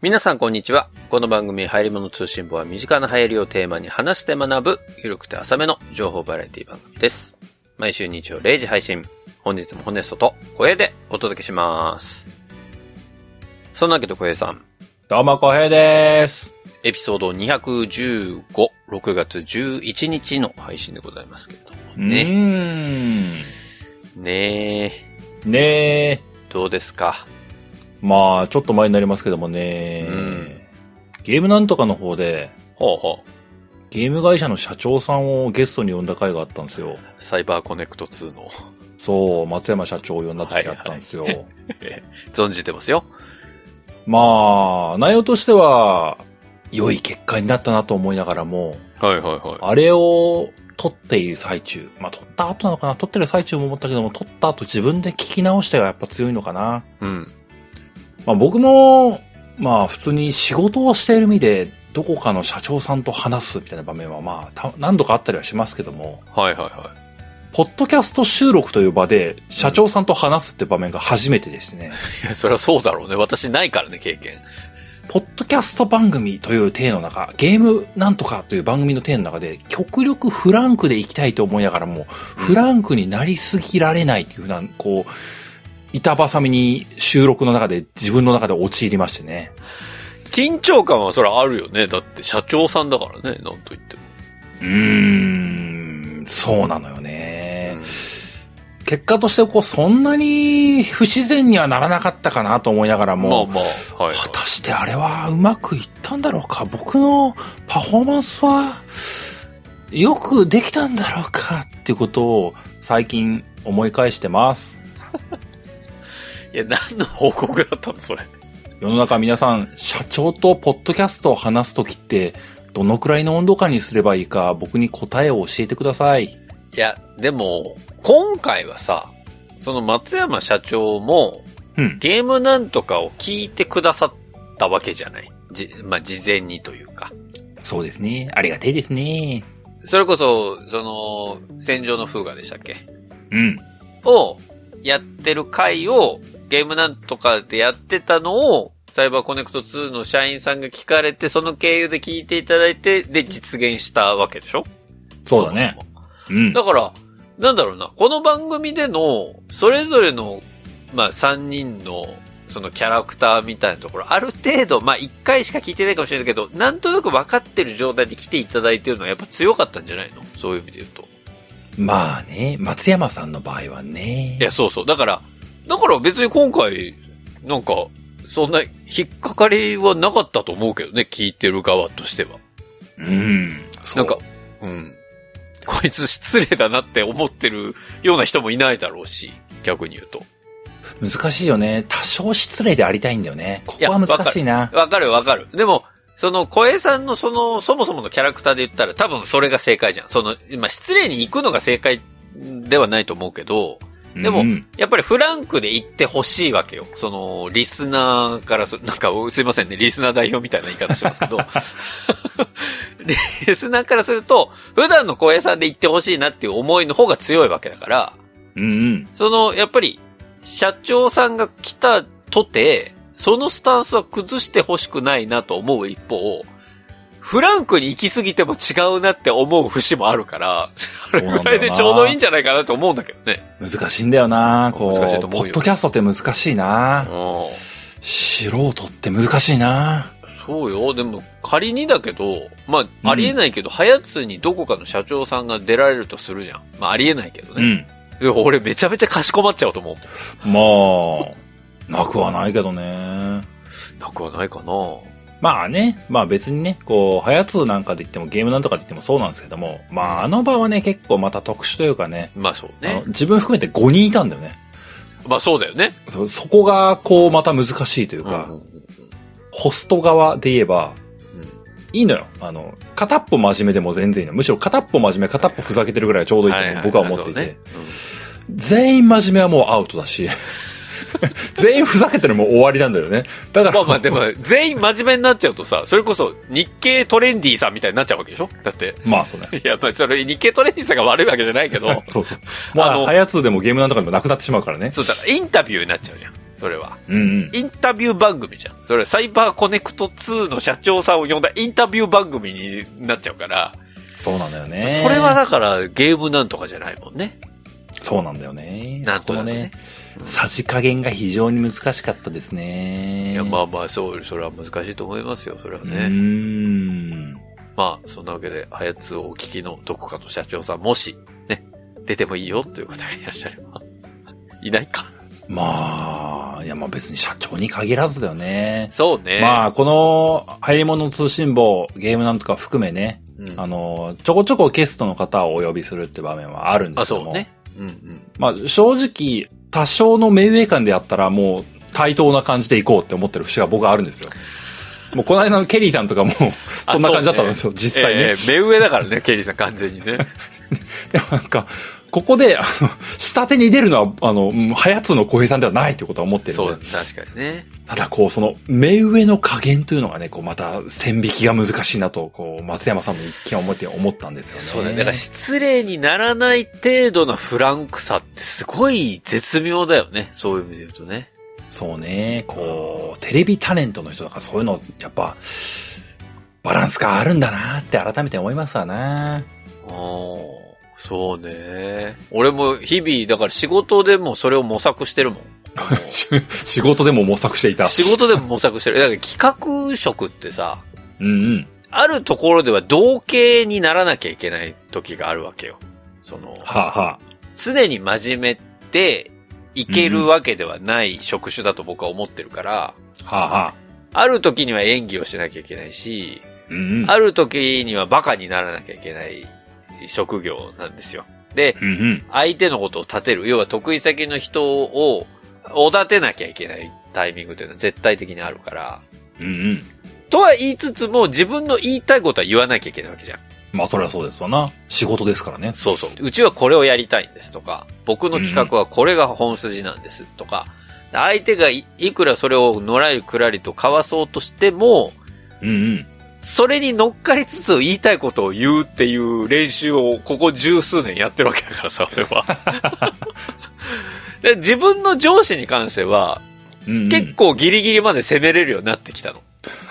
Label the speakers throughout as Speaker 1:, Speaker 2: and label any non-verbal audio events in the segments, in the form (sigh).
Speaker 1: 皆さんこんにちは。この番組、流行り物通信簿は身近な流行りをテーマに話して学ぶ、広くて浅めの情報バラエティ番組です。毎週日曜0時配信。本日もホネストと小平でお届けします。そんなわけで小平さん、
Speaker 2: どうも、こへいです。
Speaker 1: エピソード215、6月11日の配信でございますけれども
Speaker 2: ね。う
Speaker 1: ね。
Speaker 2: ーん。
Speaker 1: ねえ、
Speaker 2: ねえ。
Speaker 1: どうですか
Speaker 2: まあ、ちょっと前になりますけどもね。
Speaker 1: うん
Speaker 2: ゲームなんとかの方で、
Speaker 1: ほうほう。
Speaker 2: ゲーム会社の社長さんをゲストに呼んだ回があったんですよ。
Speaker 1: サイバーコネクト2の
Speaker 2: そう、松山社長を呼んだ時あったんですよ。
Speaker 1: 存じてますよ。
Speaker 2: まあ、内容としては、良い結果になったなと思いながらも、
Speaker 1: はいはいは
Speaker 2: あれを撮っている最中、まあ撮った後なのかな撮ってる最中も思ったけども、撮った後自分で聞き直してがやっぱ強いのかな。
Speaker 1: い。うん。
Speaker 2: まあ僕も、まあ普通に仕事をしている身で、どこかの社長さんと話すみたいな場面はまあた何度かあったりはしますけども、
Speaker 1: はいはいはい。
Speaker 2: ポッドキャスト収録という場で社長さんと話すって場面が初めてでしてね、
Speaker 1: いや、そりゃそうだろうね。私ないからね、経験。
Speaker 2: ポッドキャスト番組という体の中、ゲームなんとかという番組の体の中で、極力フランクでいきたいと思いながらも、フランクになりすぎられないっていうふうな、こう、板挟みに収録の中で自分の中で陥りましてね。
Speaker 1: 緊張感はそりゃあるよね。だって社長さんだからね、なんと言っても。
Speaker 2: うーん、そうなのよね。結果として、こう、そんなに不自然にはならなかったかなと思いながら
Speaker 1: まあ
Speaker 2: も、
Speaker 1: まあ、はい、
Speaker 2: 果たしてあれはうまくいったんだろうか僕のパフォーマンスはよくできたんだろうかっていうことを最近思い返してます。
Speaker 1: い。いや、何の報告だったの、それ。
Speaker 2: 世の中皆さん、社長とポッドキャストを話すときって、どのくらいの温度感にすればいいか僕に答えを教えてください。
Speaker 1: いや、でも、今回はさ、その松山社長も、
Speaker 2: うん。
Speaker 1: ゲームなんとかを聞いてくださったわけじゃない。じ、まあ、事前にというか。
Speaker 2: そうですね。ありがてえですね。
Speaker 1: それこそ、その、戦場の風雅でしたっけ
Speaker 2: うん。
Speaker 1: をやってる回をゲームなんとかでやってたのをサイバーコネクト2の社員さんが聞かれて、その経由で聞いていただいて、で実現したわけでしょ
Speaker 2: そうだね。。うん。
Speaker 1: だから、なんだろうな、この番組での、それぞれの、まあ3人の、そのキャラクターみたいなところ、ある程度、まあ1回しか聞いてないかもしれないけど、なんとなく分かってる状態で来ていただいてるのはやっぱ強かったんじゃないのそういう意味で言うと。
Speaker 2: まあね、松山さんの場合はね。
Speaker 1: いや、そうそう。だから、だから別に今回、なんか、そんな引っかかりはなかったと思うけどね、聞いてる側としては。
Speaker 2: うん。そ
Speaker 1: な
Speaker 2: うん
Speaker 1: か、うん。こいつ失礼だなって思ってるような人もいないだろうし、逆に言うと。
Speaker 2: 難しいよね。多少失礼でありたいんだよね。ここは難しいな。
Speaker 1: わかるわかる。でも、その、小江さんのその、そもそものキャラクターで言ったら多分それが正解じゃん。その、まあ、失礼に行くのが正解ではないと思うけど、でも
Speaker 2: うん
Speaker 1: やっぱりフランクで言ってほしいわけよ。その、リスナーからす、なんか、すいませんね、リスナー代表みたいな言い方してますけ
Speaker 2: (laughs)
Speaker 1: ど、リスナーからすると、普段の小江さんで言ってほしいなっていう思いの方が強いわけだから、
Speaker 2: うんうん。
Speaker 1: その、やっぱり、社長さんが来たとて、そのスタンスは崩してほしくないなと思う一方、フランクに行き過ぎても違うなって思う節もあるから、(laughs)
Speaker 2: そ
Speaker 1: こ
Speaker 2: うなんだよな
Speaker 1: れでちょうどいいんじゃないかなと思うんだけどね。
Speaker 2: 難しいんだよな。こ
Speaker 1: 難しいと
Speaker 2: う、
Speaker 1: 思う
Speaker 2: ポ
Speaker 1: よ
Speaker 2: ッドキャストって難しいな。
Speaker 1: うん
Speaker 2: 素人って難しいな。
Speaker 1: そうよ。でも、仮にだけど、まあ、ありえないけど、ハヤツにどこかの社長さんが出られるとするじゃん。まあ、ありえないけどね。
Speaker 2: ん。
Speaker 1: いや俺、めちゃめちゃかしこまっちゃうと思うもん。
Speaker 2: まあ、なくはないけどね。
Speaker 1: なくはないかな
Speaker 2: まあね、まあ別にね、こう、はやつなんかで言ってもゲームなんとかで言ってもそうなんですけども、まああの場はね、結構また特殊というかね、
Speaker 1: まあ、そう
Speaker 2: あの
Speaker 1: ね。
Speaker 2: 自分含めて5人いたんだよね。
Speaker 1: まあ、そうだよね。
Speaker 2: そそこが、こう、また難しいという
Speaker 1: うん
Speaker 2: か、
Speaker 1: うんうん
Speaker 2: ホスト側で言えば、いいのよ。あの、片っぽ真面目でも全然いいの。むしろ片っぽ真面目、片っぽふざけてるぐらいちょうどいいと思う僕は思っていて。全員真面目はもうアウト
Speaker 1: (laughs)
Speaker 2: だし、全員ふざけてるのも終わりなんだよね。だから、
Speaker 1: まあまあ、でも、全員真面目になっちゃうとさ、それこそ、日経トレンディーさんみたいになっちゃうわけでしょだって。
Speaker 2: まあそうね。
Speaker 1: いや、まあ、それ、日経トレンディーさんが悪いわけじゃないけど
Speaker 2: (laughs) 、そう。
Speaker 1: (laughs)
Speaker 2: ま
Speaker 1: あ
Speaker 2: あ、
Speaker 1: の
Speaker 2: はやつでもゲームなんとかでもなくなってしまうからね。
Speaker 1: そう、だからインタビューになっちゃうじゃん。それは。
Speaker 2: うんうん。
Speaker 1: インタビュー番組じゃん。それサイバーコネクト2の社長さんを呼んだインタビュー番組になっちゃうから、
Speaker 2: そうなんだよね。
Speaker 1: それはだからゲームなんとかじゃないもんね。
Speaker 2: そうなんだよね。
Speaker 1: なんとなく
Speaker 2: そこの
Speaker 1: ね。
Speaker 2: さじ加減が非常に難しかったですね。
Speaker 1: いや、まあまあ、そう、それは難しいと思いますよ、それは
Speaker 2: う
Speaker 1: ね。
Speaker 2: ーん。
Speaker 1: まあ、そんなわけで、ハヤツをお聞きのどこかの社長さん、もし、ね、出てもいいよという方がいらっしゃれば。いない
Speaker 2: (laughs)
Speaker 1: か。
Speaker 2: まあ、いやまあ別に社長に限らずだよね。
Speaker 1: そうね。
Speaker 2: まあ、この、入り物通信簿、ゲームなんとか含めね、
Speaker 1: うん、
Speaker 2: あ
Speaker 1: あ
Speaker 2: の、ちょこちょこゲストの方をお呼びするって場面はあるんですけど
Speaker 1: そ
Speaker 2: も。
Speaker 1: うね。うんうん。
Speaker 2: まあ、正直、多少の目上感でやったら、もう、対等な感じでいこうって思ってる節が僕はある
Speaker 1: (laughs)
Speaker 2: んですよ。もう、この間のケリーさんとかも、そんな感じだったんですよ、実際ね。
Speaker 1: ええ目上だからね、ケリーさん、完
Speaker 2: (laughs)
Speaker 1: 全にね。
Speaker 2: でも (laughs) なんか、ここで、あの、下手に出るのは、あの、うんはやつの小平さんではないってことは思ってる
Speaker 1: そう、
Speaker 2: ので、
Speaker 1: 確かにね。
Speaker 2: ただこう、その、目上の加減というのがね、こう、また、線引きが難しいなと、こう、松山さんの一見を思って思ったんですよね。
Speaker 1: そうだね。だから、失礼にならない程度のフランクさってすごい絶妙だよね。そういう意味で言うとね。
Speaker 2: そうね、こう、テレビタレントの人とかそういうの、やっぱ、バランスがあるんだなって改めて思いますわ
Speaker 1: (laughs)
Speaker 2: な。
Speaker 1: あーそうね。俺も日々、だから仕事でもそれを模索してるもん。あの
Speaker 2: し仕事でも模索していた。
Speaker 1: 仕事でも模索してる。だから企画職ってさ、
Speaker 2: うんうん。
Speaker 1: あるところでは同型にならなきゃいけない時があるわけよ。その、
Speaker 2: はあ、はあ、
Speaker 1: 常に真面目でいけるわけではない職種だと僕は思ってるから、
Speaker 2: はあ、はあ。
Speaker 1: ある時には演技をしなきゃいけないし、
Speaker 2: うんうん。
Speaker 1: ある時にはバカにならなきゃいけない職業なんですよ。で、
Speaker 2: うんうん。
Speaker 1: 相手のことを立てる。要は得意先の人をおだてなきゃいけないタイミングというのは絶対的にあるから、
Speaker 2: うんうん。
Speaker 1: とは言いつつも自分の言いたいことは言わなきゃいけないわけじゃん。
Speaker 2: まあ、それはそうですわな。仕事ですからね。
Speaker 1: そうそう。うちはこれをやりたいんですとか、僕の企画はこれが本筋なんですとか、相手がいいくらそれをのらりくらりとかわそうとしても、
Speaker 2: うんうん。
Speaker 1: それに乗っかりつつ言いたいことを言うっていう練習をここ十数年やってるわけだから
Speaker 2: (laughs)
Speaker 1: さ、俺は。で自分の上司に関しては、
Speaker 2: うんうん
Speaker 1: 結構ギリギリまで攻めれるようになってきたの。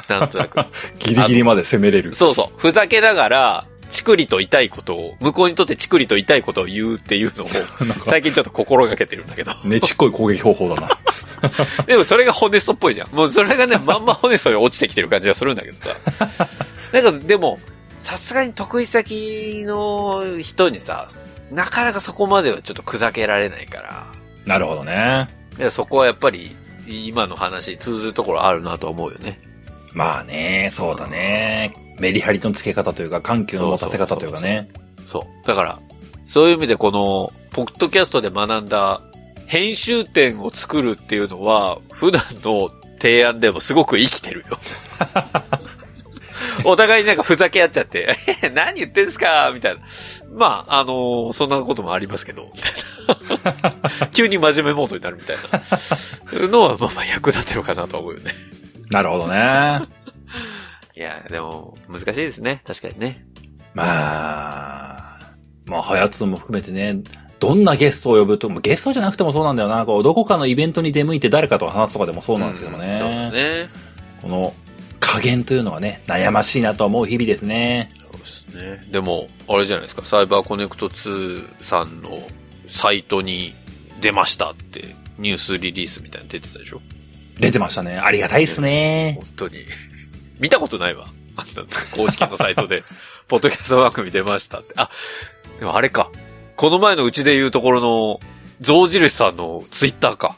Speaker 1: なんとな
Speaker 2: (laughs)
Speaker 1: く。
Speaker 2: ギリギリまで攻めれる。
Speaker 1: そうそう。ふざけながら、チクリと痛いことを、向こうにとってチクリと痛いことを言うっていうのを、
Speaker 2: (laughs) なんか、
Speaker 1: 最近ちょっと心がけてるんだけど。
Speaker 2: ねちっこい攻撃方法だ
Speaker 1: (laughs)
Speaker 2: な。
Speaker 1: でもそれがホネストっぽいじゃん。もうそれがね、まんまホネストに落ちてきてる感じがするんだけどさ。なんかでも、さすがに得意先の人にさ、なかなかそこまではちょっと砕けられないから
Speaker 2: なるほどね。。
Speaker 1: だからそこはやっぱり、今の話に通ずるところあるなとは思うよね。
Speaker 2: まあね、そうだね。メリハリのつけ方というか、緩急の持たせ方というかね。
Speaker 1: そう。だから、そういう意味でこの、ポッドキャストで学んだ、編集点を作るっていうのは、普段の提案でもすごく生きてる
Speaker 2: (laughs)
Speaker 1: よ。お互いになんかふざけ合っちゃって、 (laughs) え何言ってんすかみたいな。まあ、あのーそんなこともありますけ
Speaker 2: (laughs)
Speaker 1: ど、みたいな。急に真面目モードになるみたいな。のは、まあまあ役立ってるかなとは思うよね。
Speaker 2: なるほどね。
Speaker 1: (laughs) いや、でも、難しいですね。確かにね。
Speaker 2: まあ、まあ、はやつも含めてね、どんなゲストを呼ぶと、もうゲストじゃなくてもそうなんだよな。こう、どこかのイベントに出向いて誰かと話すとかでもそうなんですけどもね。
Speaker 1: うそうだね。
Speaker 2: この、加減というのがね、悩ましいなと思う日々ですね。
Speaker 1: そうですね。でも、あれじゃないですか、サイバーコネクト2さんのサイトに出ましたって、ニュースリリースみたいに出てたでしょ
Speaker 2: 出てましたね。ありがたいですね。
Speaker 1: 本当に。見たことないわ。あんなの公式のサイト
Speaker 2: (laughs)
Speaker 1: で、ポッドキャスト番組出ましたって。あ、でもあれか。この前のうちで言うところの、象印さんのツイッターか。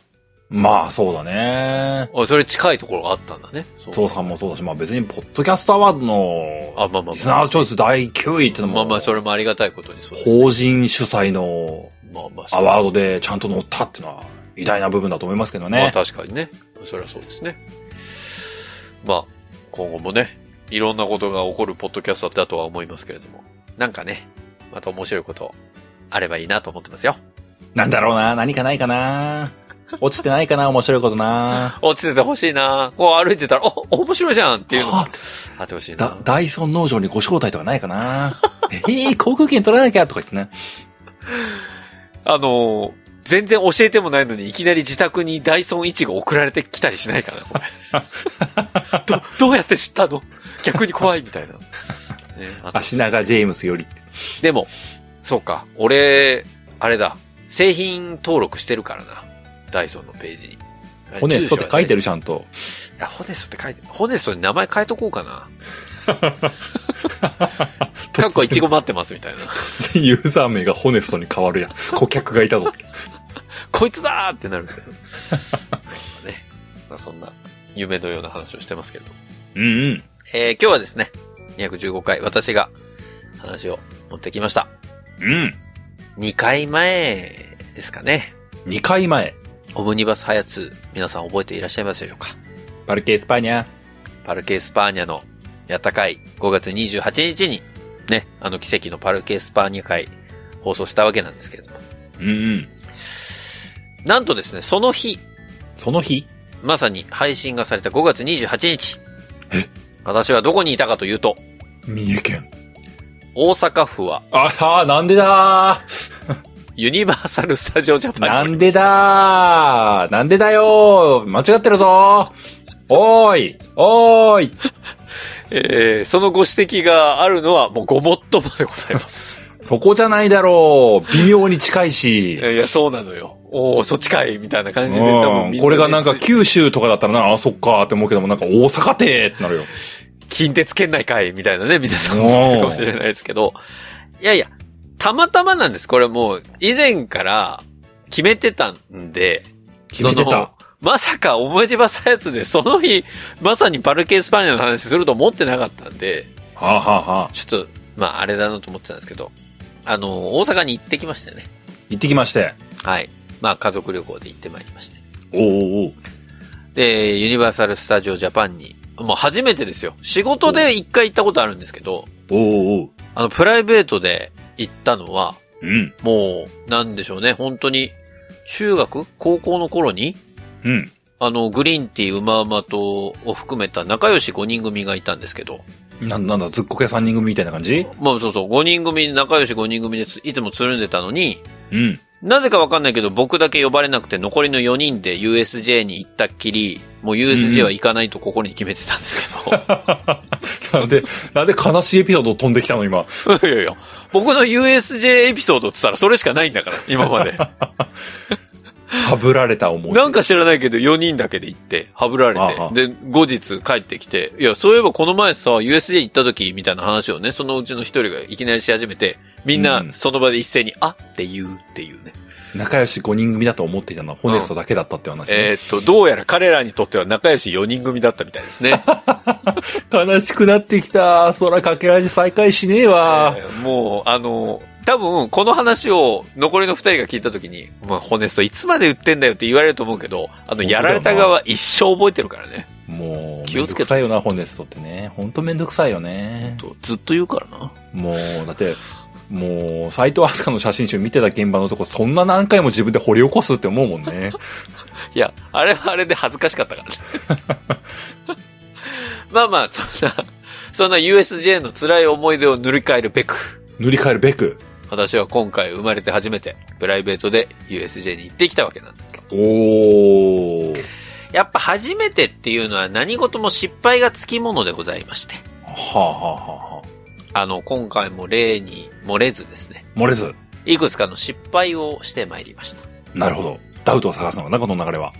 Speaker 2: まあ、そうだね。
Speaker 1: あ、それ近いところがあったんだね。そ
Speaker 2: ゾウさんもそうだし、まあ別に、ポッドキャストアワードの、
Speaker 1: あ、まあまあ
Speaker 2: リスナ
Speaker 1: ま
Speaker 2: ーチョイス第9位って
Speaker 1: あ。
Speaker 2: のも、
Speaker 1: まあまあ、それもありがたいことにそうですね、
Speaker 2: 法人主催の
Speaker 1: まあまあそ
Speaker 2: ア
Speaker 1: う、
Speaker 2: ワードでちゃんと乗ったっていうのは、偉大な部分だと思いますけどね。
Speaker 1: まあ確かにね。それはそうですね。まあ、今後もね、いろんなことが起こるポッドキャストだとは思いますけれども。なんかね、また面白いことあればいいなと思ってますよ。
Speaker 2: なんだろうな、何かないかな。落ちてないかな、面白いことな。
Speaker 1: 落ちててほしいなこう歩いてたら、お、面白いじゃんっていうの
Speaker 2: は
Speaker 1: が
Speaker 2: あ
Speaker 1: あってほしいな
Speaker 2: だ、ダイソン農場にご招待とかないか
Speaker 1: (laughs)
Speaker 2: な。えー、航空券取らなきゃとか言ってね。
Speaker 1: あのー、全然教えてもないのに、いきなり自宅にダイソン1が送られてきたりしないかな、こ
Speaker 2: (laughs)
Speaker 1: れ。ど、どうやって知ったの逆に怖いみたいな。ね、あと
Speaker 2: 足長ジェームスより。
Speaker 1: でも、そうか、俺、あれだ、製品登録してるからな。ダイソンのページに。
Speaker 2: ホネストって書いてる、
Speaker 1: い
Speaker 2: ちゃんと。
Speaker 1: や、ホネストって書いてる。ホネストに名前変えとこうかな。かっこいちご待ってますみ
Speaker 2: (laughs)
Speaker 1: たいな。
Speaker 2: 突然ユーザー名がホネストに変わるやん。顧客がいたぞ。
Speaker 1: こいつだーってなるけど。
Speaker 2: (laughs)
Speaker 1: そうだね。まあそんな、夢のような話をしてますけれど。
Speaker 2: うんうん。
Speaker 1: えー今日はですね、215回、私が話を持ってきました。
Speaker 2: うん。
Speaker 1: 2回前ですかね。
Speaker 2: 2回前。
Speaker 1: オムニバスハヤツ、皆さん覚えていらっしゃいますでしょうか。
Speaker 2: パルケ・エスパニャ。
Speaker 1: パルケ・スパーニャのやった会、5月28日に、ね、あの奇跡のパルケ・スパーニャ会、放送したわけなんですけれども。
Speaker 2: うんうん。
Speaker 1: なんとですね、その日、
Speaker 2: その日。
Speaker 1: まさに配信がされた5月28日。私はどこにいたかというと、
Speaker 2: 三重県。
Speaker 1: 大阪府は
Speaker 2: ああ、なんでだ
Speaker 1: ユニバーサル・スタジオ・ジャ
Speaker 2: ー
Speaker 1: パンにお
Speaker 2: な
Speaker 1: りました
Speaker 2: んでだーなんでだよー間違ってるぞーおーいおーい
Speaker 1: えーそのご指摘があるのはもうごもっともでございます。
Speaker 2: そこじゃないだろう微妙に近いし
Speaker 1: い。やいや、そうなのよ。おおそっちかいみたいな感じで、多分
Speaker 2: う
Speaker 1: み
Speaker 2: ん、
Speaker 1: ね
Speaker 2: これがなんか九州とかだったらな、あ、そっかーって思うけども、なんか大阪てーってなるよ。
Speaker 1: 近鉄圏内かいみたいなね、皆さん思ってるかもしれないですけど。いやいや、たまたまなんです。これもう、以前から決めてたんで、
Speaker 2: 決め
Speaker 1: そ
Speaker 2: て
Speaker 1: の
Speaker 2: た。。
Speaker 1: まさか、思い出ばさやつで、その日、まさにパルケ・エスパーニャの話すると思ってなかったんで、
Speaker 2: はあ、はあはあ、
Speaker 1: ちょっと、まあ、あれだなと思ってたんですけど、あの、大阪に行ってきましたよね。
Speaker 2: 行ってきまして。
Speaker 1: はい。まあ、家族旅行で行ってまいりまして。
Speaker 2: おーおー
Speaker 1: で、ユニバーサル・スタジオ・ジャパンに、もう初めてですよ。仕事で一回行ったことあるんですけど、
Speaker 2: おーおーおー
Speaker 1: あの、プライベートで行ったのは、
Speaker 2: うん。
Speaker 1: もう、なんでしょうね、本当に、中学高校の頃に、
Speaker 2: うん。
Speaker 1: あの、グリーンティー、うまうまと、を含めた仲良し5人組がいたんですけど、
Speaker 2: なんなんだ、ずっこけ3人組みたいな感じ
Speaker 1: まあそうそう、5人組、仲良し5人組でついつもつるんでたのに、
Speaker 2: うん。
Speaker 1: なぜかわかんないけど、僕だけ呼ばれなくて、残りの4人で USJ に行ったっきり、もう USJ は行かないと心に決めてたんですけど。
Speaker 2: なんで、なんで悲しいエピソード飛んできたの、今。
Speaker 1: いやいや、僕の USJ エピソードって言ったらそれしかないんだから、今まで。
Speaker 2: はぶられた思い。
Speaker 1: なんか知らないけど、4人だけで行って、はぶられ
Speaker 2: ああ
Speaker 1: て、で、後日帰ってきて、いや、そういえばこの前さ、USJ 行った時、みたいな話をね、そのうちの一人がいきなりし始めて、みん
Speaker 2: う
Speaker 1: なんその場で一斉に、あって言うっていうね。
Speaker 2: 仲良し5人組だと思っていたのは、ホネストだけだったって話、ね
Speaker 1: えーっと、どうやら彼らにとっては仲良し4人組だったみたいですね。
Speaker 2: 悲しくなってきた。空かけらじ再開しねえわ
Speaker 1: えーもう、あの、多分、この話を残りの二人が聞いたときに、まあ、ホネストいつまで売ってんだよって言われると思うけど、あの、
Speaker 2: 本当だ
Speaker 1: や
Speaker 2: よな
Speaker 1: られた側一生覚えてるからね。
Speaker 2: もう、
Speaker 1: 気をつけて
Speaker 2: めんどくさいよな、ホネストってね。ほんとめんどくさいよね。
Speaker 1: とずっと言うからな。
Speaker 2: もう、だって、もう、斎藤飛鳥の写真集見てた現場のとこ、そんな何回も自分で掘り起こすって思うもん
Speaker 1: (laughs)
Speaker 2: ね。
Speaker 1: いや、あれはあれで恥ずかしかったからね。まあまあ、そんな、そんな USJ の辛い思い出を塗り替えるべく、
Speaker 2: 塗り替えるべく。
Speaker 1: 私は今回生まれて初めて、プライベートで USJ に行ってきたわけなんですけど。
Speaker 2: おー。
Speaker 1: やっぱ初めてっていうのは何事も失敗がつきものでございまして。
Speaker 2: はあ、はあはあは
Speaker 1: あの、今回も例に漏れずですね、
Speaker 2: あ、漏れず。
Speaker 1: いくつかの失敗をしてまいりました。
Speaker 2: なるほど。ダウトを探すのかな、この流れは。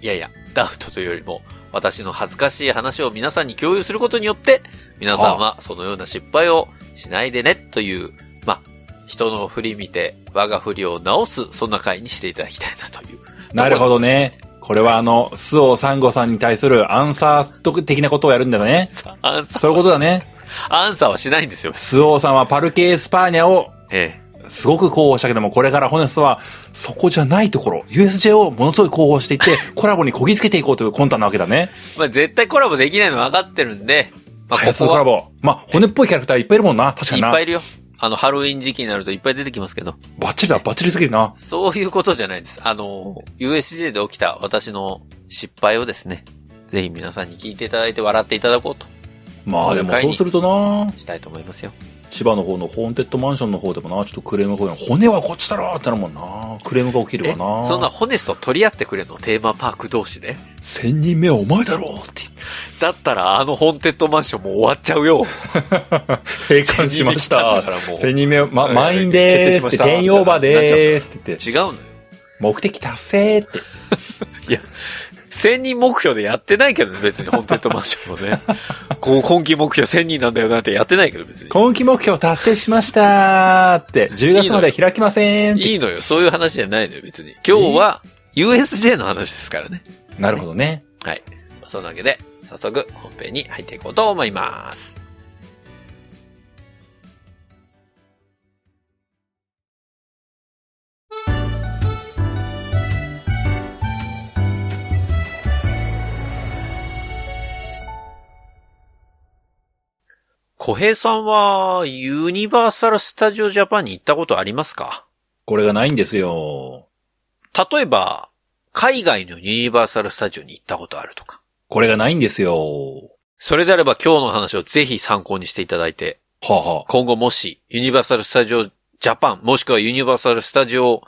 Speaker 1: いやいや、ダウトというよりも、私の恥ずかしい話を皆さんに共有することによって、皆さんはそのような失敗をしないでね、という、まあ、人の振り見て、我が振りを直す、そんな回にしていただきたいなという。
Speaker 2: なるほどね。これはあの、須尾三吾さんに対するアンサー的なことをやるんだね。
Speaker 1: さアンサー
Speaker 2: そういうことだね。
Speaker 1: は、アンサーはしないんですよ。
Speaker 2: 須尾さんはパルケ・エスパーニャを
Speaker 1: え
Speaker 2: すごく候補したけども、これからホネストは、そこじゃないところ、USJ をものすごい候補していって、コラボにこぎつけていこうという魂胆なわけだね。
Speaker 1: え。まあ、絶対コラボできないの分かってるんで、まあ、
Speaker 2: 開発コラ
Speaker 1: は
Speaker 2: ボ。まあ、骨っぽいキャラクターいっぱいいるもんな。確
Speaker 1: いっ
Speaker 2: かにな。
Speaker 1: ぱいいるよ。あの、ハロウィン時期になるといっぱい出てきますけど。
Speaker 2: バッチリだ、バッチリすぎるな。
Speaker 1: そういうことじゃないです。あの、USJ で起きた私の失敗をですね、ぜひ皆さんに聞いていただいて笑っていただこうと
Speaker 2: まあでもそうするとな
Speaker 1: したいと思いますよ。
Speaker 2: 千葉の方のホーンテッドマンションの方でもなちょっとクレームが起きる骨はこっちだろってなるもんなクレームが起きるわな
Speaker 1: そんなホネスト取り合ってくれるのテーマパーク同士で。
Speaker 2: 千人目はお前だろって
Speaker 1: だったらあのホーンテッドマンションもう終わっちゃうよ。
Speaker 2: 閉館しま
Speaker 1: 1000人
Speaker 2: し
Speaker 1: 目来たんだ
Speaker 2: た
Speaker 1: からもう
Speaker 2: 千人目は、ま、
Speaker 1: はい
Speaker 2: 満員でーす
Speaker 1: 決
Speaker 2: って
Speaker 1: 定しました
Speaker 2: 店員オーバーでーすって言っ
Speaker 1: 違
Speaker 2: て
Speaker 1: うのよ。
Speaker 2: 目的達成って
Speaker 1: 1000人目標でやってないけどね、別に、ホーンテッドマンションも
Speaker 2: (laughs)
Speaker 1: ね。こう今期目標1000人なんだよなんてやってないけど、別に。
Speaker 2: 今期目標達成しましたーって10月まで開きませんって
Speaker 1: いいのよ、そういう話じゃないのよ、別に。今日は、USJ の話ですからね。
Speaker 2: なるほどね
Speaker 1: はい。そんなわけで、早速本編に入っていこうと思います。小平さんは、ユニバーサル・スタジオ・ジャパンに行ったことありますか
Speaker 2: これがないんですよ
Speaker 1: 例えば、海外のユニバーサル・スタジオに行ったことあるとか。
Speaker 2: これがないんですよ
Speaker 1: それであれば今日の話をぜひ参考にしていただいて、
Speaker 2: はあ、はあ、
Speaker 1: 今後もしユニバーサル・スタジオ・ジャパン、もしくはユニバーサル・スタジオ・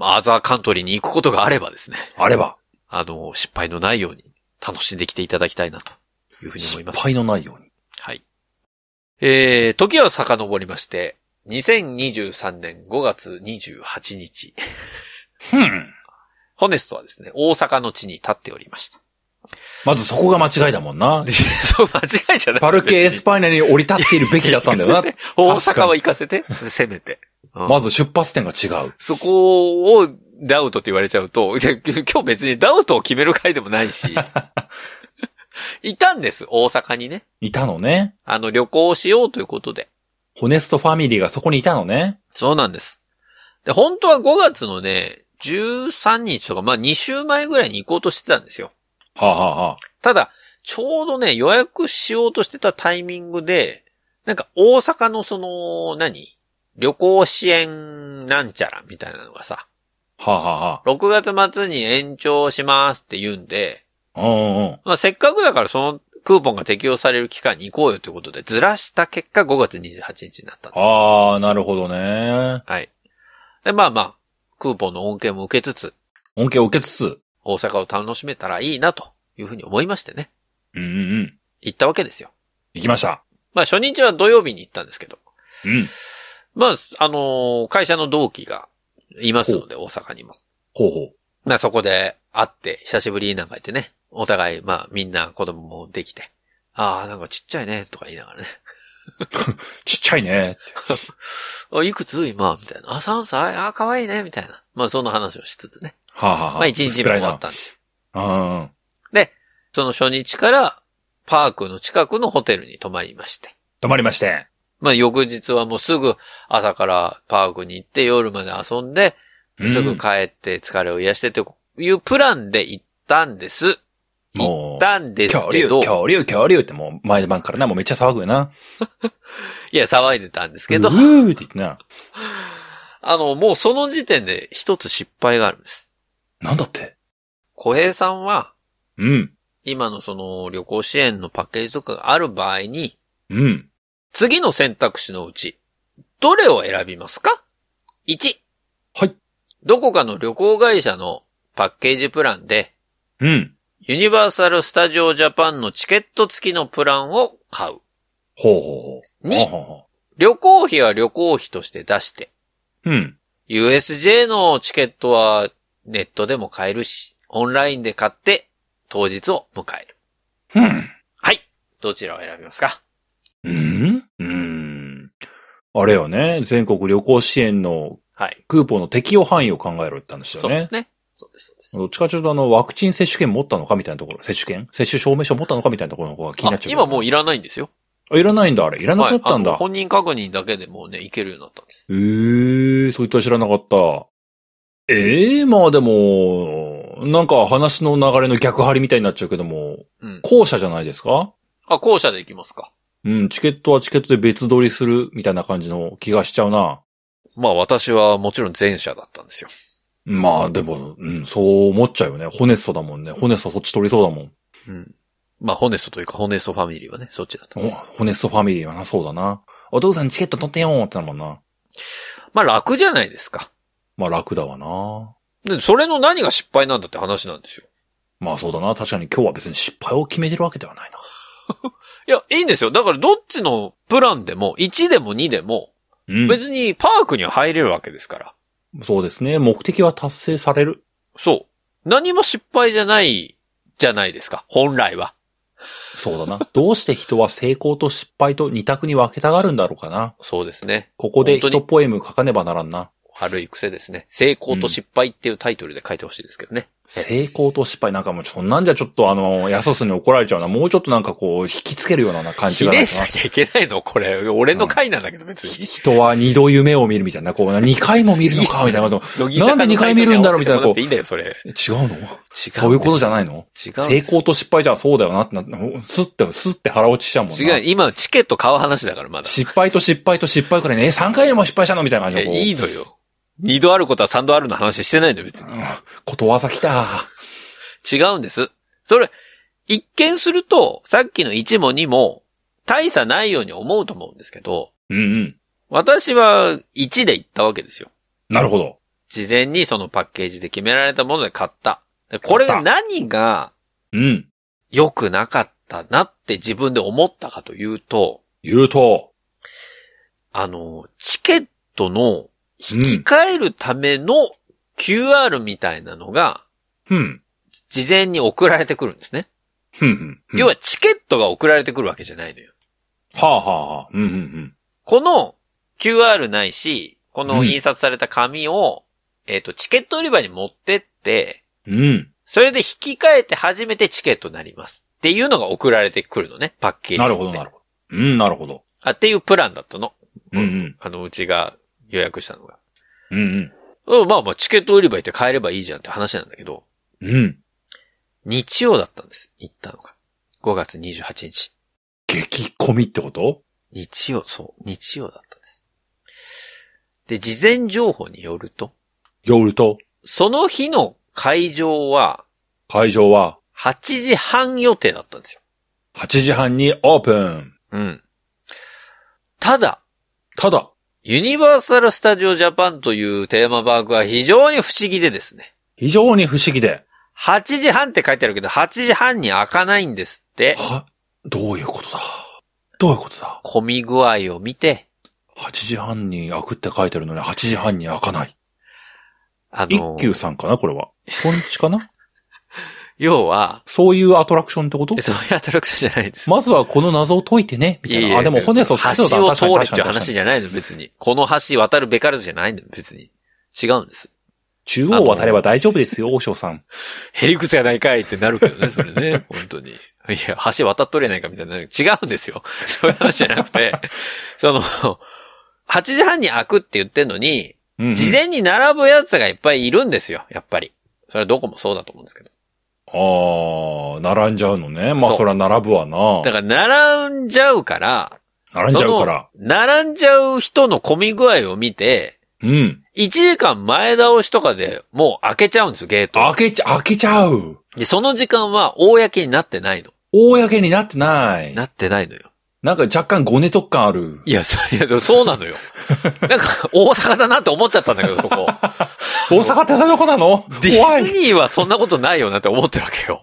Speaker 1: アザーカントリーに行くことがあればですね、
Speaker 2: あれば
Speaker 1: あの、失敗のないように楽しんできていただきたいなというふうに思
Speaker 2: 失
Speaker 1: います。
Speaker 2: 敗のないように
Speaker 1: はい。えー、時は遡りまして、2023年5月28日、
Speaker 2: ふん
Speaker 1: ホネストはですね、大阪の地に立っておりま
Speaker 2: (laughs)
Speaker 1: した。
Speaker 2: まずそこが間違いだもんな
Speaker 1: でそう、間違いじゃない
Speaker 2: パルケエス
Speaker 1: パ
Speaker 2: パーニャに降り立っているべきだったんだよな
Speaker 1: (laughs) 大阪は行かせて、せめて。うん
Speaker 2: まず出発点が違う
Speaker 1: そこをダウトって言われちゃうと、い (laughs) や今日別にダウトを決める回でもないし、いたんです、大阪にね。
Speaker 2: いたのね
Speaker 1: あの、旅行をしようということで。
Speaker 2: ホネストファミリーがそこにいたのね
Speaker 1: そうなんです。で、本当は5月のね、13日とか、まあ2週前ぐらいに行こうとしてたんですよ。
Speaker 2: はあ、はあはあ、
Speaker 1: ただ、ちょうどね、予約しようとしてたタイミングで、なんか大阪のその、何旅行支援なんちゃらみたいなのがさ、
Speaker 2: はあは
Speaker 1: 6月末に延長しますって言うんで、
Speaker 2: あはあ。うんうんうん。
Speaker 1: まあ、せっかくだからそのクーポンが適用される期間に行こうよということで、ずらした結果5月28日になったんですよ。
Speaker 2: ああ、なるほどね。
Speaker 1: はい。で、まあまあ、クーポンの恩恵も受けつつ、
Speaker 2: 恩恵を受けつつ。
Speaker 1: 大阪を楽しめたらいいなというふうに思いましてね、
Speaker 2: うんうんうん。
Speaker 1: 行ったわけですよ。
Speaker 2: 行きました。
Speaker 1: まあ初日は土曜日に行ったんですけど、
Speaker 2: うん。
Speaker 1: まあ、あのー会社の同期がいますので、大阪にも。
Speaker 2: ほうほう。
Speaker 1: まあそこで会って、久しぶりなんか言ってね、お互い、まあみんな子供もできて、ああ、なんかちっちゃいね、とか言いながらね。
Speaker 2: ちっちゃいねって。
Speaker 1: あ、いくつ今みたいな。あ、3歳あ、可愛いねみたいな。まあ、そんな話をしつつね。
Speaker 2: はあはあはあ。
Speaker 1: まあ、1日目終わっ
Speaker 2: 薄
Speaker 1: たんですよ。
Speaker 2: 暗いな。うんうん。
Speaker 1: その初日から、パークの近くのホテルに泊まりまして。
Speaker 2: 止まりまして。
Speaker 1: まあ、翌日はもうすぐ朝からパークに行って夜まで遊んで、
Speaker 2: うん
Speaker 1: すぐ帰って疲れを癒してというプランで行ったんです。行
Speaker 2: も
Speaker 1: っ
Speaker 2: う、
Speaker 1: たんです
Speaker 2: 恐
Speaker 1: け
Speaker 2: 竜、
Speaker 1: ど、
Speaker 2: 恐竜、恐竜ってもう前晩からな、もうめっちゃ騒ぐよな。
Speaker 1: いや、騒いでたんですけど
Speaker 2: う、ーって言ってな。
Speaker 1: あの、もうその時点で一つ失敗があるんです。
Speaker 2: なんだって。
Speaker 1: 小平さんは、
Speaker 2: うん。
Speaker 1: 今のその旅行支援のパッケージとかがある場合に、
Speaker 2: うん。
Speaker 1: 次の選択肢のうち、どれを選びますか ?1。
Speaker 2: はい。
Speaker 1: どこかの旅行会社のパッケージプランで、
Speaker 2: うん。
Speaker 1: ユニバーサル・スタジオ・ジャパンのチケット付きのプランを買う。
Speaker 2: ほうほうほう。
Speaker 1: に
Speaker 2: ほうほうほ
Speaker 1: 旅行費は旅行費として出して、
Speaker 2: う。うん。
Speaker 1: USJ のチケットはネットでも買えるし、オンラインで買って当日を迎える。
Speaker 2: うん。
Speaker 1: はい。どちらを選びますか
Speaker 2: うんうん。あれよね。全国旅行支援の
Speaker 1: はい。
Speaker 2: クーポンの適用範囲を考えろって言ったんですよ
Speaker 1: そう
Speaker 2: ね。
Speaker 1: ですね。そうです、そうです。
Speaker 2: どっちかというと、あの、ワクチン接種券持ったのかみたいなところ、接種券接種証明書持ったのかみたいなところの方が気になっちゃう。
Speaker 1: あ今もういらないんですよ。
Speaker 2: あいらないんだ、あれ。いらなくなった
Speaker 1: は
Speaker 2: ん
Speaker 1: いあの
Speaker 2: だ。
Speaker 1: 本人確認だけでもうね、いけるようになったんです。
Speaker 2: ええー、そういった知らなかった。ええー、まあでも、なんか話の流れの逆張りみたいになっちゃうけども、
Speaker 1: うん。
Speaker 2: 後者じゃないですか
Speaker 1: あ、校舎で行きますか。
Speaker 2: うん、チケットはチケットで別撮りするみたいな感じの気がしちゃうな。
Speaker 1: まあ私はもちろん前者だったんですよ。
Speaker 2: まあでも、うん、そう思っちゃうよね。ホネストだもんね。ホネストそっち取りそうだもん。
Speaker 1: うん。まあ、ホネストというか、ホネストファミリーはね、そっちだったん
Speaker 2: お
Speaker 1: です。
Speaker 2: ホネストファミリーはな、そうだな。お父さんチケット取ってよーってなるもんな。
Speaker 1: まあ、楽じゃないですか。
Speaker 2: まあ楽だわな。
Speaker 1: で、それの何が失敗なんだって話なんですよ。
Speaker 2: まあそうだな。確かに今日は別に失敗を決めてるわけではない
Speaker 1: いや、いいんですよ。だから、どっちのプランでも、1でも2でも、
Speaker 2: な。うん。
Speaker 1: 別にパークには入れるわけですから。
Speaker 2: そうですね。目的は達成される。
Speaker 1: そう。何も失敗じゃない、じゃないですか。本来は。
Speaker 2: そう
Speaker 1: (laughs)
Speaker 2: だな。どうして人は成功と失敗と二択に分けたがるんだろうかな。
Speaker 1: そうですね。
Speaker 2: ここで
Speaker 1: 本当に
Speaker 2: 一ポエム書かねばならんな。
Speaker 1: 悪い癖ですね。成功と失敗っていうタイトルで書いてほしいですけどね。
Speaker 2: 成功と失敗なんかもうそんなんじゃちょっとあの、安すに怒られちゃうな。もうちょっとなんかこう、引きつけるようなな感じ
Speaker 1: ひ
Speaker 2: がな
Speaker 1: ね
Speaker 2: い
Speaker 1: ん
Speaker 2: かな
Speaker 1: な。きゃいけないのこれ。俺の回なんだけど、別
Speaker 2: ひ
Speaker 1: に。
Speaker 2: 人は二度夢を見るみたいな、こう、二回も見るのかみたいなこと。
Speaker 1: 乃木坂の
Speaker 2: なんで二回見るんだろうみたいな
Speaker 1: タイトルに合わせてもらっていいんだよ、それ。
Speaker 2: 違うの
Speaker 1: 違う。
Speaker 2: そういうことじゃないの
Speaker 1: 違う。
Speaker 2: 成功と失敗じゃそうだよなってなって、スッて、スッて腹落ちしちゃうもんな。
Speaker 1: 違う。今、チケット買う話だから、まだ。
Speaker 2: 失敗と失敗と失敗からね、え3回でも失敗したのみたいない感
Speaker 1: や
Speaker 2: じのこう。
Speaker 1: いいのよ。二度あることは三度あるの話してないんだよ、別
Speaker 2: うんことわざ来た。
Speaker 1: に。違うんです。それ、一見すると、さっきの1も2も、大差ないように思うと思うんですけど、
Speaker 2: うんうん。
Speaker 1: 私は1で行ったわけですよ。
Speaker 2: なるほど。
Speaker 1: 事前にそのパッケージで決められたもので買った。でこれが
Speaker 2: 買っ
Speaker 1: 何が
Speaker 2: うん。
Speaker 1: 良くなかったなって自分で思ったかというと、
Speaker 2: 言うと、
Speaker 1: あの、チケットの引き換えるための QR みたいなのが
Speaker 2: ふん。
Speaker 1: 事前に送られてくるんですね。
Speaker 2: ふんふんふん。
Speaker 1: 要はチケットが送られてくるわけじゃないのよ。
Speaker 2: はあ、はあはあ、うんうんうん。
Speaker 1: この QR ないし、こ
Speaker 2: う
Speaker 1: の
Speaker 2: ん
Speaker 1: 印刷された紙を、えっと、チケット売り場に持ってって、
Speaker 2: うん。
Speaker 1: それで引き換えて初めてチケットになります。っていうのが送られてくるのね、パッケージって。
Speaker 2: なるほど、なるほど。うん、なるほど。
Speaker 1: あ、っていうプランだったの。
Speaker 2: うんうん。
Speaker 1: あの、うちが予約したのが。
Speaker 2: うん
Speaker 1: うんまあまあ、チケット売り場行って買えればいいじゃんって話なんだけど、
Speaker 2: うん。うん。
Speaker 1: 日曜だったんです。行ったのが。5月28日。
Speaker 2: 激込みってこと
Speaker 1: 日曜、そう、日曜だったんです。で、事前情報によると、
Speaker 2: 夜と、
Speaker 1: その日の会場は
Speaker 2: 会場は、
Speaker 1: 8時半予定だったんですよ。
Speaker 2: 8時半にオープン。
Speaker 1: うん。ただ、
Speaker 2: ただ、
Speaker 1: ユニバーサル・スタジオ・ジャパンというテーマパークは非常に不思議でですね。
Speaker 2: 非常に不思議で。
Speaker 1: 8時半って書いてあるけど、8時半に開かないんですって、
Speaker 2: は、どういうことだどういうことだ
Speaker 1: 混み具合を見て、
Speaker 2: 8時半に開くって書いてるのに8時半に開かない。
Speaker 1: あの
Speaker 2: 一、休さんかなこれは。ポンチかな
Speaker 1: 要は、
Speaker 2: そういうアトラクションってこと
Speaker 1: そういうアトラクションじゃないです。
Speaker 2: まずはこの謎を解いてね、みたいな。
Speaker 1: いえいえ
Speaker 2: あ、でも骨粗鬆症
Speaker 1: 橋
Speaker 2: だ
Speaker 1: を通れっていう
Speaker 2: 確かに確か
Speaker 1: 話
Speaker 2: に
Speaker 1: じゃないの、別に。この橋渡るべからずじゃないの、別に。違うんです。
Speaker 2: 中央を渡れば大丈夫ですよ、王将さん。
Speaker 1: へりくつやないかいってなるけどね、それ
Speaker 2: (laughs)
Speaker 1: ね。本当に。いや、橋渡っとれないかみたいな。違うんですよ。そういう話じゃなくて、 (laughs) その、8時半に開くって言ってんのに、
Speaker 2: うん
Speaker 1: 事前に並ぶやつがいっぱいいるんですよ、やっぱり。それはどこもそうだと思うんですけど。
Speaker 2: ああ、並んじゃうのね。まあ、
Speaker 1: そう
Speaker 2: そりゃ並ぶわな
Speaker 1: だ。から、並んじゃうから、
Speaker 2: 並んじゃうから。
Speaker 1: その並んじゃう人の混み具合を見て、
Speaker 2: うん。
Speaker 1: 1時間前倒しとかでもう開けちゃうんですよ、ゲート
Speaker 2: 開
Speaker 1: を。
Speaker 2: けちゃ、開けちゃう。
Speaker 1: で、その時間は公になってないの。
Speaker 2: 公になってない。
Speaker 1: なってないのよ。
Speaker 2: なんか若干ごねとっ感ある。
Speaker 1: いや、そう、いや、でもそうなのよ。なんか、大阪だなって思っちゃったんだけど、そこ。
Speaker 2: 大阪ってそういうことなの
Speaker 1: ディ
Speaker 2: 怖
Speaker 1: ズ
Speaker 2: い。
Speaker 1: ニーはそんなことないよなって思ってるわけよ。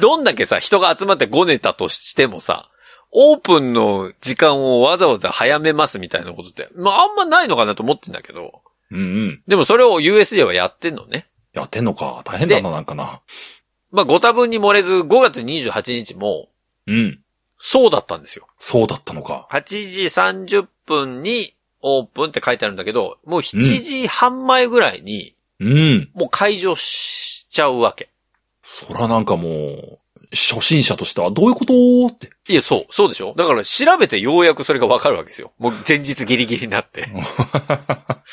Speaker 1: どんだけさ、人が集まってごねたとしてもさ、オープンの時間をわざわざ早めますみたいなことって、まああんまないのかなと思ってんだけど、
Speaker 2: うんうん。
Speaker 1: でもそれを USJ はやってんのね。
Speaker 2: やってんのか。大変だ
Speaker 1: で
Speaker 2: な、なんかな。
Speaker 1: まあご多分に漏れず5月28日も、
Speaker 2: うん。
Speaker 1: そうだったんですよ。
Speaker 2: そうだったのか。
Speaker 1: 8時30分にオープンって書いてあるんだけど、もう7時半前ぐらいに、
Speaker 2: うん。
Speaker 1: もう解除しちゃうわけ。
Speaker 2: そらなんかもう、初心者としてはどういうことって。
Speaker 1: いや、そう、そうでしょだから調べてようやくそれがわかるわけですよ。もう前日ギリギリにな
Speaker 2: (laughs)
Speaker 1: って。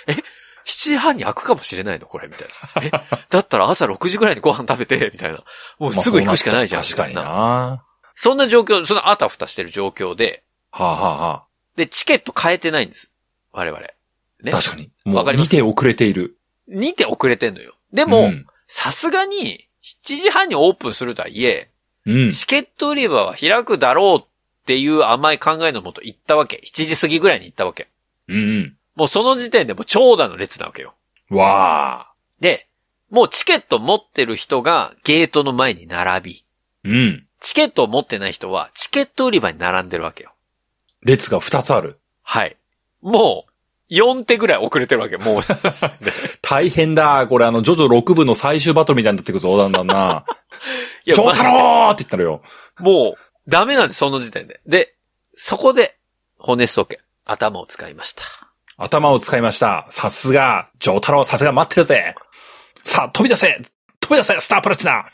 Speaker 1: え ?7 時半に開くかもしれないのこれみたいな。えだったら朝6時ぐらいにご飯食べて、みたいな。もうすぐ行くしかないじゃん。
Speaker 2: まあそうなっち確かにな。
Speaker 1: みたい
Speaker 2: は
Speaker 1: そんな状況、そのあたふたしてる状況で、
Speaker 2: あ、はあは
Speaker 1: で、チケット変えてないんです。我々。
Speaker 2: あ、
Speaker 1: ね。
Speaker 2: 確かに。も
Speaker 1: わか
Speaker 2: う
Speaker 1: りま
Speaker 2: 見
Speaker 1: す
Speaker 2: て遅れている。
Speaker 1: にて遅れてんのよ。でも、
Speaker 2: うん
Speaker 1: さすがに、7時半にオープンするとはいえ、
Speaker 2: うん。
Speaker 1: チケット売り場は開くだろうっていう甘い考えのもと行ったわけ。7時過ぎぐらいに行ったわけ。
Speaker 2: うん
Speaker 1: もうその時点でもう長蛇の列なわけよ。
Speaker 2: うん。わあ。
Speaker 1: で、もうチケット持ってる人がゲートの前に並び、
Speaker 2: うん。
Speaker 1: チケットを持ってない人はチケット売り場に並んでるわけよ。
Speaker 2: 列が2つある。
Speaker 1: はい。もう、4手ぐらい遅れてるわけ、
Speaker 2: (laughs)
Speaker 1: もう。
Speaker 2: 大変だ。これあの、ジョジョ6部の最終バトルみたいになってくぞ、だんだんな。
Speaker 1: (laughs) いや
Speaker 2: 長
Speaker 1: マジ
Speaker 2: 太
Speaker 1: で
Speaker 2: 郎って言ったのよ。
Speaker 1: もう、ダメなんで、その時点で。で、そこで、骨ソケ、頭を使いました。
Speaker 2: 頭を使いました。さすが、ジョー太郎、さすが待ってるぜ。さあ、飛び出せ飛び出せスタープラチナ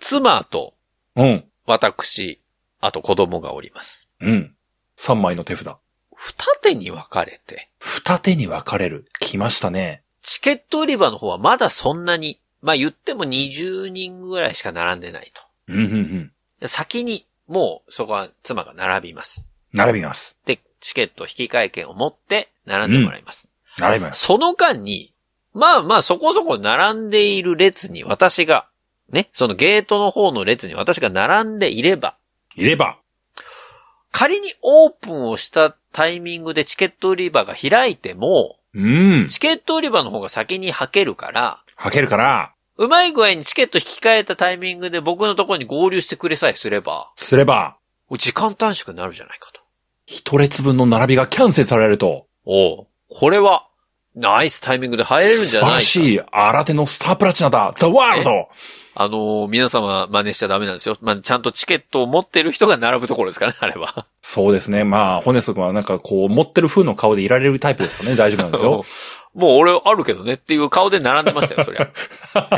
Speaker 1: 妻と、
Speaker 2: うん。
Speaker 1: 私、あと子供がおります。
Speaker 2: うん。3枚の手札。
Speaker 1: 二手に分かれて、
Speaker 2: 二手に分かれる。来ましたね。
Speaker 1: チケット売り場の方はまだそんなに、まあ言っても20人ぐらいしか並んでないと。
Speaker 2: うんうんうん。
Speaker 1: で先に、もうそこは妻が並びます。
Speaker 2: 並びます。
Speaker 1: で、チケット引換券を持って並んでもらいます。
Speaker 2: 並びます。
Speaker 1: その間に、まあまあそこそこ並んでいる列に私が、ね、そのゲートの方の列に私が並んでいれば、
Speaker 2: いれば。
Speaker 1: 仮にオープンをしたタイミングでチケット売り場が開いても、
Speaker 2: うん。
Speaker 1: チケット売り場の方が先に履けるから、
Speaker 2: はけるから、
Speaker 1: うまい具合にチケット引き換えたタイミングで僕のところに合流してくれさえすれば、
Speaker 2: すれば、
Speaker 1: 時間短縮になるじゃないかと。
Speaker 2: 一列分の並びがキャンセルされると、
Speaker 1: おうこれは、ナイスタイミングで入れるんじ
Speaker 2: 素
Speaker 1: ゃ
Speaker 2: 晴
Speaker 1: ない
Speaker 2: ら
Speaker 1: か。
Speaker 2: しい新手のスタープラチナだザワールド
Speaker 1: あのー皆様真似しちゃダメなんですよ。まあ、ちゃんとチケットを持ってる人が並ぶところですからね、あれは。
Speaker 2: そうですね。まあ、ホネスト君はなんかこう、持ってる風の顔でいられるタイプですからね。大丈夫なんで
Speaker 1: (laughs)
Speaker 2: すよ。
Speaker 1: もう俺あるけどねっていう顔で並んでましたよ、そり
Speaker 2: (laughs)
Speaker 1: ゃ。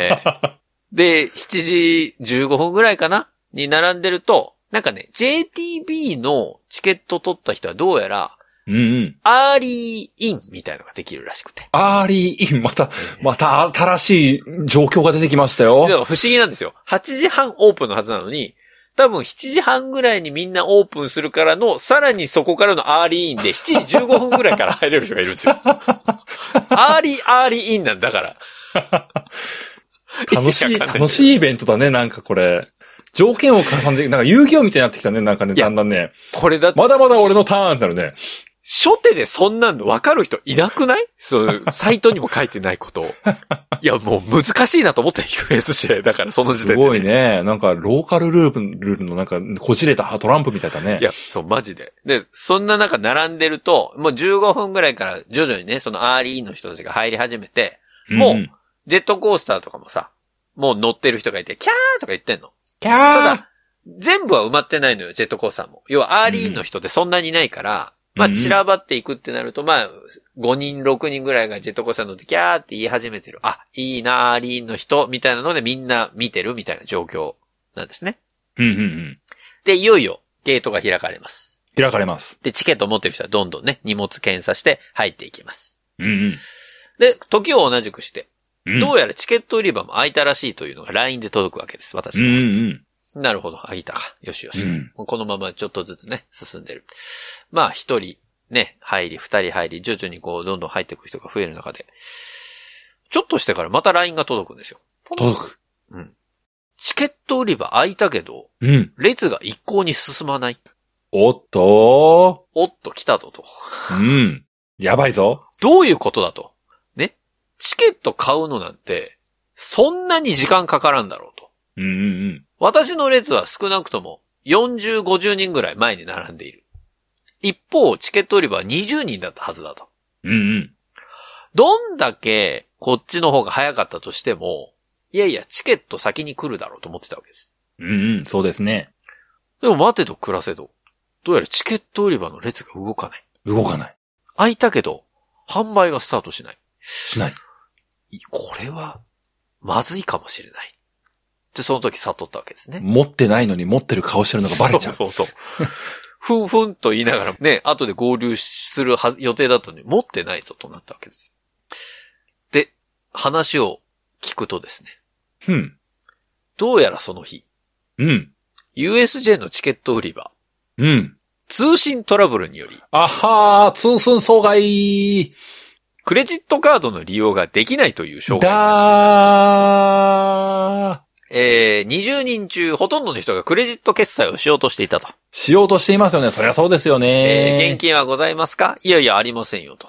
Speaker 1: ええで、7時15分ぐらいかなに並んでると、なんかね、JTB のチケット取った人はどうやら、
Speaker 2: うんうん。
Speaker 1: アーリーインみたいのができるらし
Speaker 2: (laughs)
Speaker 1: くて。
Speaker 2: アーリーイン、また、また新しい状況が出てきましたよ。
Speaker 1: でも不思議なんですよ。8時半オープンのはずなのに、多分7時半ぐらいにみんなオープンするからの、さらにそこからのアーリーインで7時15分ぐらいから入れる人がいるんですよ。アーリー、アーリーインなんだから。
Speaker 2: 楽し
Speaker 1: 意
Speaker 2: い、
Speaker 1: 味わかんな
Speaker 2: 楽しいイベントだね、なんかこれ。条件を重ねて、なんか遊戯王みたいになってきたね、なんかね、
Speaker 1: いや
Speaker 2: だんだんね。
Speaker 1: これだって、
Speaker 2: まだまだ俺のターンになるね。
Speaker 1: 初手でそんなの分かる人いなくないそう、サイトにも書いてないことを。いや、もう難しいなと思った USJ だから、その時
Speaker 2: す
Speaker 1: 点でね、
Speaker 2: ごいね。なんか、ローカルルールルールのなんか、こじれたトランプみたいだね。
Speaker 1: いや、そう、マジで。で、そんな中並んでると、もう15分ぐらいから徐々にね、その RE の人たちが入り始めて、
Speaker 2: うん
Speaker 1: もう、ジェットコースターとかもさ、もう乗ってる人がいて、キャーとか言ってんの。
Speaker 2: キャ
Speaker 1: た
Speaker 2: ー
Speaker 1: だ、全部は埋まってないのよ、ジェットコースターも。要は、アーリーの人ってそんなにいないから、
Speaker 2: うん
Speaker 1: まあ、散らばっていくってなると、まあ、5人、6人ぐらいがジェットコースター乗って、キャーって言い始めてる。あ、いいな、アーリーの人、みたいなので、みんな見てるみたいな状況なんですね。
Speaker 2: うんうんうん。
Speaker 1: で、いよいよ、ゲートが開かれます。
Speaker 2: 開かれます。
Speaker 1: で、チケットを持ってる人はどんどんね、荷物検査して入っていきます。
Speaker 2: うん
Speaker 1: で、時を同じくして、
Speaker 2: うん。
Speaker 1: ど
Speaker 2: や
Speaker 1: うやらチケット売り場も開いたらしいというのが LINE で届くわけです、私
Speaker 2: うん
Speaker 1: は。
Speaker 2: うん
Speaker 1: なるほど、開いたか。よしよし。
Speaker 2: うん
Speaker 1: このままちょっとずつね、進んでる。まあ、一人、ね、入り、二人入り、徐々にこう、どんどん入っていく人が増える中で、ちょっとしてからまた LINE が届くんですよ。
Speaker 2: うん。届く。
Speaker 1: チケット売り場開いたけど、
Speaker 2: うん。
Speaker 1: 列が一向に進まない。
Speaker 2: おっと
Speaker 1: おっと、来たぞと。
Speaker 2: ーうん。やばいぞ。
Speaker 1: どういうことだと。ね。チケット買うのなんて、そんなに時間かからんだろうと。
Speaker 2: うんうん
Speaker 1: 私の列は少なくとも40、50人ぐらい前に並んでいる。一方、チケット売り場は20人だったはずだと。
Speaker 2: うん。うんうん。
Speaker 1: どんだけこっちの方が早かったとしても、いやいや、チケット先に来るだろうと思ってたわけです。
Speaker 2: うんうん。そうですね。
Speaker 1: でも待てど暮らせど、どうやらチケット売り場の列が動かない。
Speaker 2: 動かない。
Speaker 1: 空いたけど、販売がスタートしない。
Speaker 2: しない。
Speaker 1: いこれは、まずいかもしれない。ってその時悟ったわけですね。
Speaker 2: 持ってないのに持ってる顔してるのがバレちゃう。
Speaker 1: そうそうそう。ふんふんと言いながらね、後で合流するはず予定だったのに、持ってないぞとなったわけですよ。で、話を聞くとですね、
Speaker 2: うん。
Speaker 1: どうやらその日、
Speaker 2: うん。
Speaker 1: USJ のチケット売り場、
Speaker 2: うん。
Speaker 1: 通信トラブルにより、
Speaker 2: あはー、通寸障害
Speaker 1: クレジットカードの利用ができないという障害が
Speaker 2: だー
Speaker 1: えー、20人中ほとんどの人がクレジット決済をしようとしていたと。
Speaker 2: しようとしていますよね。そりゃそうですよ
Speaker 1: えー
Speaker 2: ね。
Speaker 1: 現金はございますかいやいや、ありませんよと。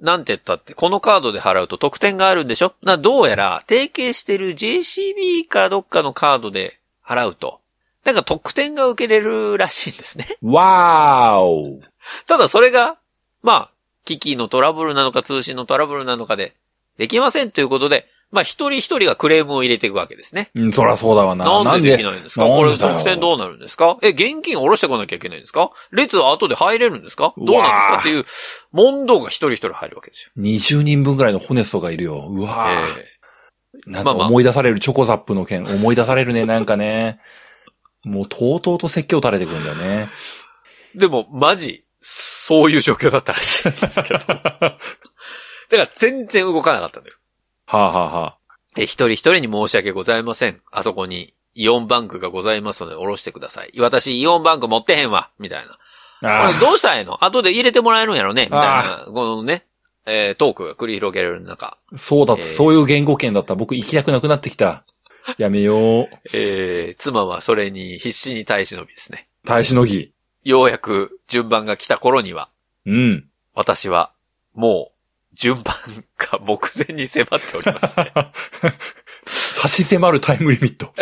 Speaker 1: なんて言ったって、このカードで払うと特典があるんでしょな、どうやら、提携してる JCB かどっかのカードで払うと、なんか特典が受けれるらしいんですね。 (laughs)
Speaker 2: わーお。
Speaker 1: ただそれが、まあ、機器のトラブルなのか通信のトラブルなのかで、できませんということで、まあ一人一人がクレームを入れていくわけですね。
Speaker 2: うん、そりゃそうだわな。
Speaker 1: なんでできないんですか
Speaker 2: なんで
Speaker 1: こ
Speaker 2: なん
Speaker 1: れ
Speaker 2: でだよ
Speaker 1: 得点どうなるんですかえ、現金下ろしてこなきゃいけないんですか列は後で入れるんですかどうなんです
Speaker 2: う
Speaker 1: か
Speaker 2: わー
Speaker 1: っていう問答が一人一人入るわけですよ。
Speaker 2: 20人分ぐらいのホネストがいるよ。うわー
Speaker 1: え
Speaker 2: なん
Speaker 1: ま
Speaker 2: か
Speaker 1: あまあ
Speaker 2: 思い出されるチョコザップの件、思い出されるね、なんかね。もうとうとうと説教垂れてくるんだよね。
Speaker 1: えでも、マジ、そういう状況だったらしいんです
Speaker 2: (laughs)
Speaker 1: けど。だから全然動かなかったんだよ。
Speaker 2: はあ、はあはあ、
Speaker 1: え、一人一人に申し訳ございません。あそこにイオンバンクがございますので、下ろしてください。私、イオンバンク持ってへんわ、みたいな。
Speaker 2: あ
Speaker 1: これ
Speaker 2: あ、
Speaker 1: どうしたらええの後で入れてもらえるんやろねみたいな、このね、えートークが繰り広げられる中。
Speaker 2: そうだっ
Speaker 1: え
Speaker 2: た、
Speaker 1: ー
Speaker 2: そういう言語圏だった。僕行きたくなくなってきた。や
Speaker 1: (laughs)
Speaker 2: めよう。
Speaker 1: えー、妻はそれに必死に耐え忍びですね。
Speaker 2: 耐えしのぎ。
Speaker 1: ようやく順番が来た頃には、 (laughs)
Speaker 2: うん。
Speaker 1: 私はもう順番が目前に迫っており
Speaker 2: (laughs)
Speaker 1: まして、
Speaker 2: 差し迫るタイムリミット。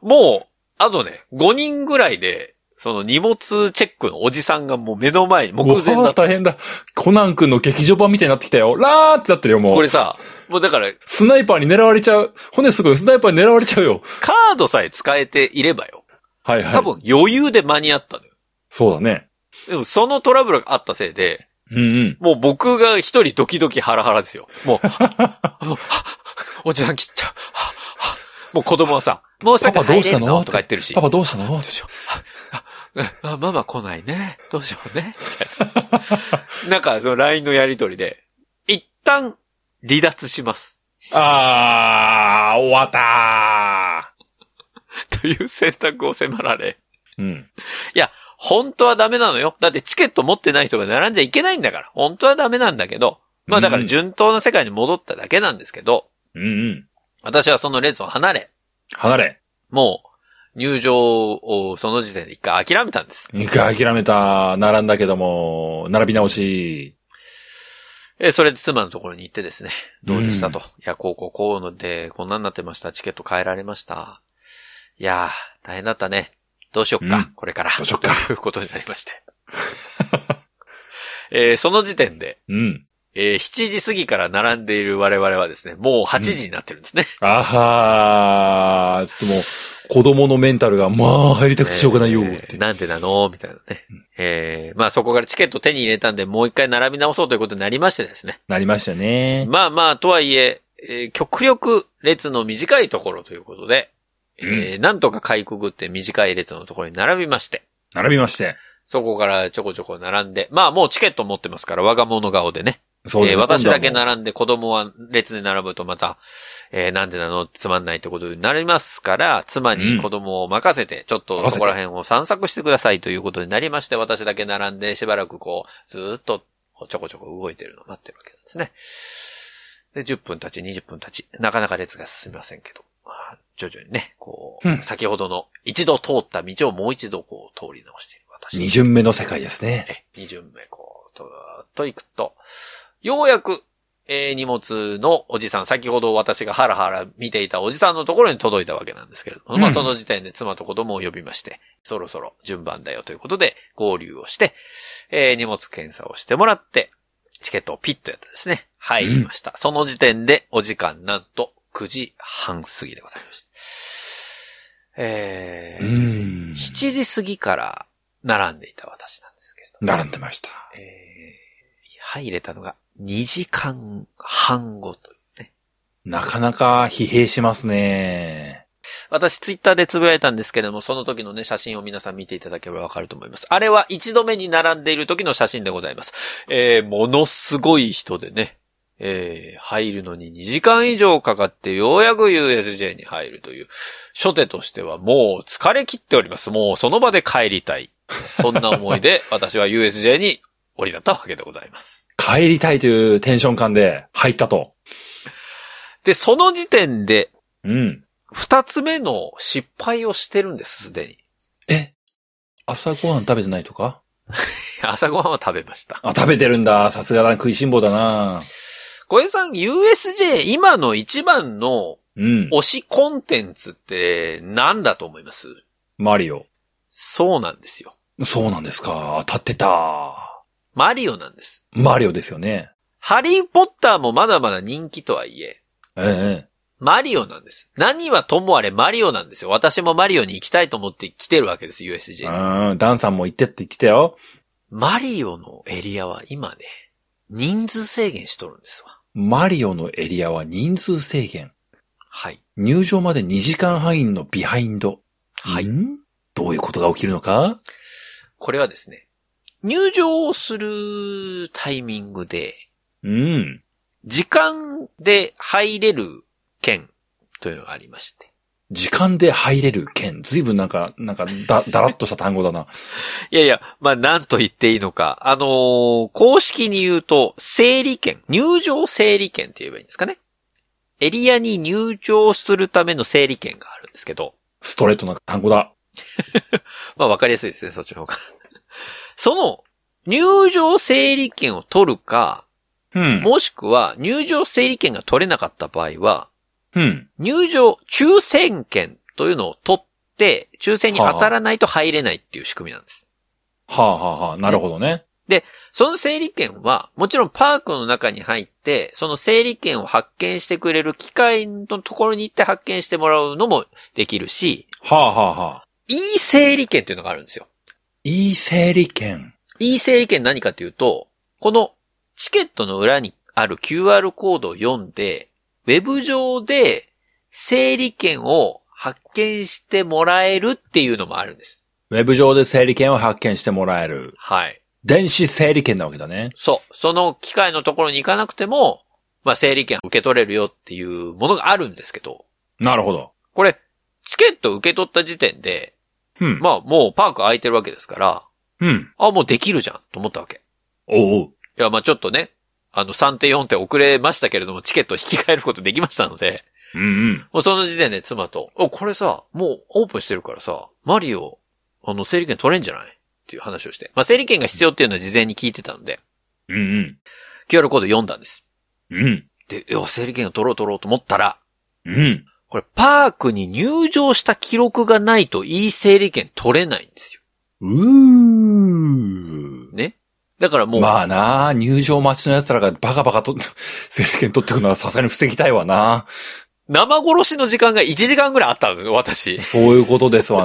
Speaker 1: もう、あとね、5人ぐらいで、その荷物チェックのおじさんがもう目の前に目前
Speaker 2: う
Speaker 1: だ
Speaker 2: わ
Speaker 1: っ
Speaker 2: ー
Speaker 1: た。
Speaker 2: 大変だ。コナン君の劇場版みたいになってきたよ。ラーってなってるよ、もう。
Speaker 1: これさ、もうだから、
Speaker 2: スナイパーに狙われちゃう。骨すごい、スナイパーに狙われちゃうよ。
Speaker 1: カードさえ使えていればよ。
Speaker 2: はいはい。
Speaker 1: 多分余裕で間に合ったのよ。
Speaker 2: そうだね。
Speaker 1: でもそのトラブルがあったせいで、
Speaker 2: うんうん。
Speaker 1: もう僕が一人ドキドキハラハラですよ。もう、もうはおじさん切っちゃう。ははもう子供はさ、もう
Speaker 2: パパどうしたの
Speaker 1: とか言ってるし。
Speaker 2: パパどうしたの
Speaker 1: どうしよう。ああママ来ないね。どうしようね。 (laughs) みたいななんか、その LINE のやりとりで、一旦離脱します。
Speaker 2: あー、終わった
Speaker 1: という選択を迫られ、
Speaker 2: ー。うん。
Speaker 1: 本当はダメなのよ。だってチケット持ってない人が並んじゃいけないんだから。本当はダメなんだけど、まあだから順当な世界に戻っただけなんですけど、
Speaker 2: うんうん。
Speaker 1: 私はその列を離れ、
Speaker 2: 離れ。
Speaker 1: もう、入場をその時点で一回諦めたんです。
Speaker 2: 一回諦めた。並んだけども、並び直し。
Speaker 1: え、それで妻のところに行ってですね、どうでしたと。いや、こうこうこうので、こんなんなってました。チケット変えられました。いやー、大変だったね。どうしよっか、
Speaker 2: うん
Speaker 1: これから。
Speaker 2: どうしよっか
Speaker 1: ということになりまして。 (laughs) えーその時点で、
Speaker 2: うん。
Speaker 1: えー7時過ぎから並んでいる我々はですね、もう8時になってるんですね。
Speaker 2: あはー。ちょっともう、子供のメンタルが、まあ、入りたくてしょうがないよって。
Speaker 1: えーなんでなのみたいなね。えーまあそこからチケット手に入れたんで、もう一回並び直そうということになりましてですね。
Speaker 2: なりましたね。
Speaker 1: まあまあ、とはいえ、えー極力列の短いところということで、えーなんとかかいくぐって短い列のところに並びまして、
Speaker 2: 並びまして。
Speaker 1: そこからちょこちょこ並んで、まあもうチケット持ってますから、我が物顔でね。
Speaker 2: そうです
Speaker 1: えー私だけ
Speaker 2: 今度はも
Speaker 1: 並んで子供は列で並ぶとまた、えーなんでなのつまんないってことになりますから、妻に子供を任せて、ちょっと
Speaker 2: 任せて
Speaker 1: そこら辺を散策してくださいということになりまして、私だけ並んでしばらくこう、ずーっとちょこちょこ動いてるのを待ってるわけなんですね。で、10分たち、20分たち、なかなか列が進みませんけど、まあ徐々にね、こう、
Speaker 2: うん
Speaker 1: 先ほどの一度通った道をもう一度こう通り直している私。
Speaker 2: 二巡目の世界ですね。
Speaker 1: え、二巡目、こう、とーっと行くと、ようやく、えー荷物のおじさん、先ほど私がハラハラ見ていたおじさんのところに届いたわけなんですけれども、
Speaker 2: うん
Speaker 1: まあその時点で妻と子供を呼びまして、そろそろ順番だよということで合流をして、えー荷物検査をしてもらって、チケットをピッとやってですね、入りました。その時点でお時間なんと9時半過ぎでございました。え
Speaker 2: う
Speaker 1: ー
Speaker 2: ん。
Speaker 1: 7時過ぎから並んでいた私なんですけれども
Speaker 2: 並んでました。
Speaker 1: えー入れたのが2時間半後というね。
Speaker 2: なかなか疲弊しますね。
Speaker 1: 私ツイッターでつぶやいたんですけれども、その時のね、写真を皆さん見ていただければわかると思います。あれは一度目に並んでいる時の写真でございます。えーものすごい人でね、えー入るのに2時間以上かかってようやく USJ に入るという、初手としてはもう疲れ切っております。もうその場で帰りたい。そんな思いで私は USJ に降り立ったわけでございます。
Speaker 2: 帰りたいというテンション感で入ったと。
Speaker 1: で、その時点で、
Speaker 2: うん。
Speaker 1: 二つ目の失敗をしてるんです、すでに。
Speaker 2: え朝ごはん食べてないとか
Speaker 1: 朝ごはんは食べました。
Speaker 2: あ、食べてるんだ。さすがだ。食いしん坊だな。
Speaker 1: 小江さん、USJ 今の一番の
Speaker 2: うん。
Speaker 1: 推しコンテンツって何だと思います
Speaker 2: マリオ。
Speaker 1: そうなんですよ。
Speaker 2: そうなんですか。当たってた。
Speaker 1: マリオなんです。
Speaker 2: マリオですよね。
Speaker 1: ハリーポッターもまだまだ人気とはいえ、
Speaker 2: え
Speaker 1: マリオなんです。何はともあれマリオなんですよ。私もマリオに行きたいと思って来てるわけです、
Speaker 2: え。
Speaker 1: USJ に。
Speaker 2: うん。ダンさんも行ってって来てよ。
Speaker 1: マリオのエリアは今ね、人数制限しとるんですわ。
Speaker 2: マリオのエリアは人数制限。
Speaker 1: はい。
Speaker 2: 入場まで2時間半のビハインド。
Speaker 1: はい。
Speaker 2: んどういうことが起きるのか
Speaker 1: これはですね、入場をするタイミングで、
Speaker 2: うん。
Speaker 1: 時間で入れる券というのがありまして。
Speaker 2: 時間で入れる券。ずいぶんなんか、なんか、だ、だらっとした単語だな。
Speaker 1: いやいや、まあ、なんと言っていいのか。あのー公式に言うと、整理券、入場整理券って言えばいいんですかね。エリアに入場するための整理券があるんですけど、
Speaker 2: ストレートな単語だ。
Speaker 1: まあ、わかりやすいですね、そっちの方が。 (laughs) その、入場整理券を取るか、
Speaker 2: うん。
Speaker 1: もしくは、入場整理券が取れなかった場合は、
Speaker 2: うん。
Speaker 1: 入場抽選券というのを取って、抽選に当たらないと入れないっていう仕組みなんです。
Speaker 2: はあ、はあはあ、なるほどね。
Speaker 1: その整理券は、もちろんパークの中に入って、その整理券を発見してくれる機械のところに行って発見してもらうのもできるし、
Speaker 2: はあ、はあはあ、
Speaker 1: いい整理券っていうのがあるんですよ。
Speaker 2: いい整理券。
Speaker 1: いい整理券何かというと、このチケットの裏にある QR コードを読んで、ウェブ上で整理券を発見してもらえるっていうのもあるんです。
Speaker 2: ウェブ上で整理券を発見してもらえる。
Speaker 1: はい。
Speaker 2: 電子整理券なわけだね。
Speaker 1: そう。その機械のところに行かなくても、まあ、整理券受け取れるよっていうものがあるんですけど、
Speaker 2: なるほど。
Speaker 1: これ、チケット受け取った時点で、
Speaker 2: うん。
Speaker 1: まあ、もうパーク空いてるわけですから、
Speaker 2: うん。
Speaker 1: あ、もうできるじゃんと思ったわけ。
Speaker 2: おうおう。
Speaker 1: いや、まあちょっとね、あの、3点4点遅れましたけれども、チケットを引き換えることできましたので、
Speaker 2: うんうん。
Speaker 1: もうその時点で妻と、お、これさ、もうオープンしてるからさ、マリオ、あの、整理券取れんじゃないっていう話をして。まあ、整理券が必要っていうのは事前に聞いてたので、
Speaker 2: うん
Speaker 1: QR コード読んだんです。
Speaker 2: うん。うん。
Speaker 1: で、いや、整理券を取ろう取ろうと思ったら、
Speaker 2: うん。
Speaker 1: これパークに入場した記録がないといい整理券取れないんですよ。
Speaker 2: うー。
Speaker 1: ね。だからもう、
Speaker 2: まあなあ、入場待ちの奴らがバカバカと、 (laughs) 整理券取ってくのはさすがに防ぎたいわな。
Speaker 1: 生殺しの時間が1時間ぐらいあったんですよ、私。チ
Speaker 2: そういうことですわ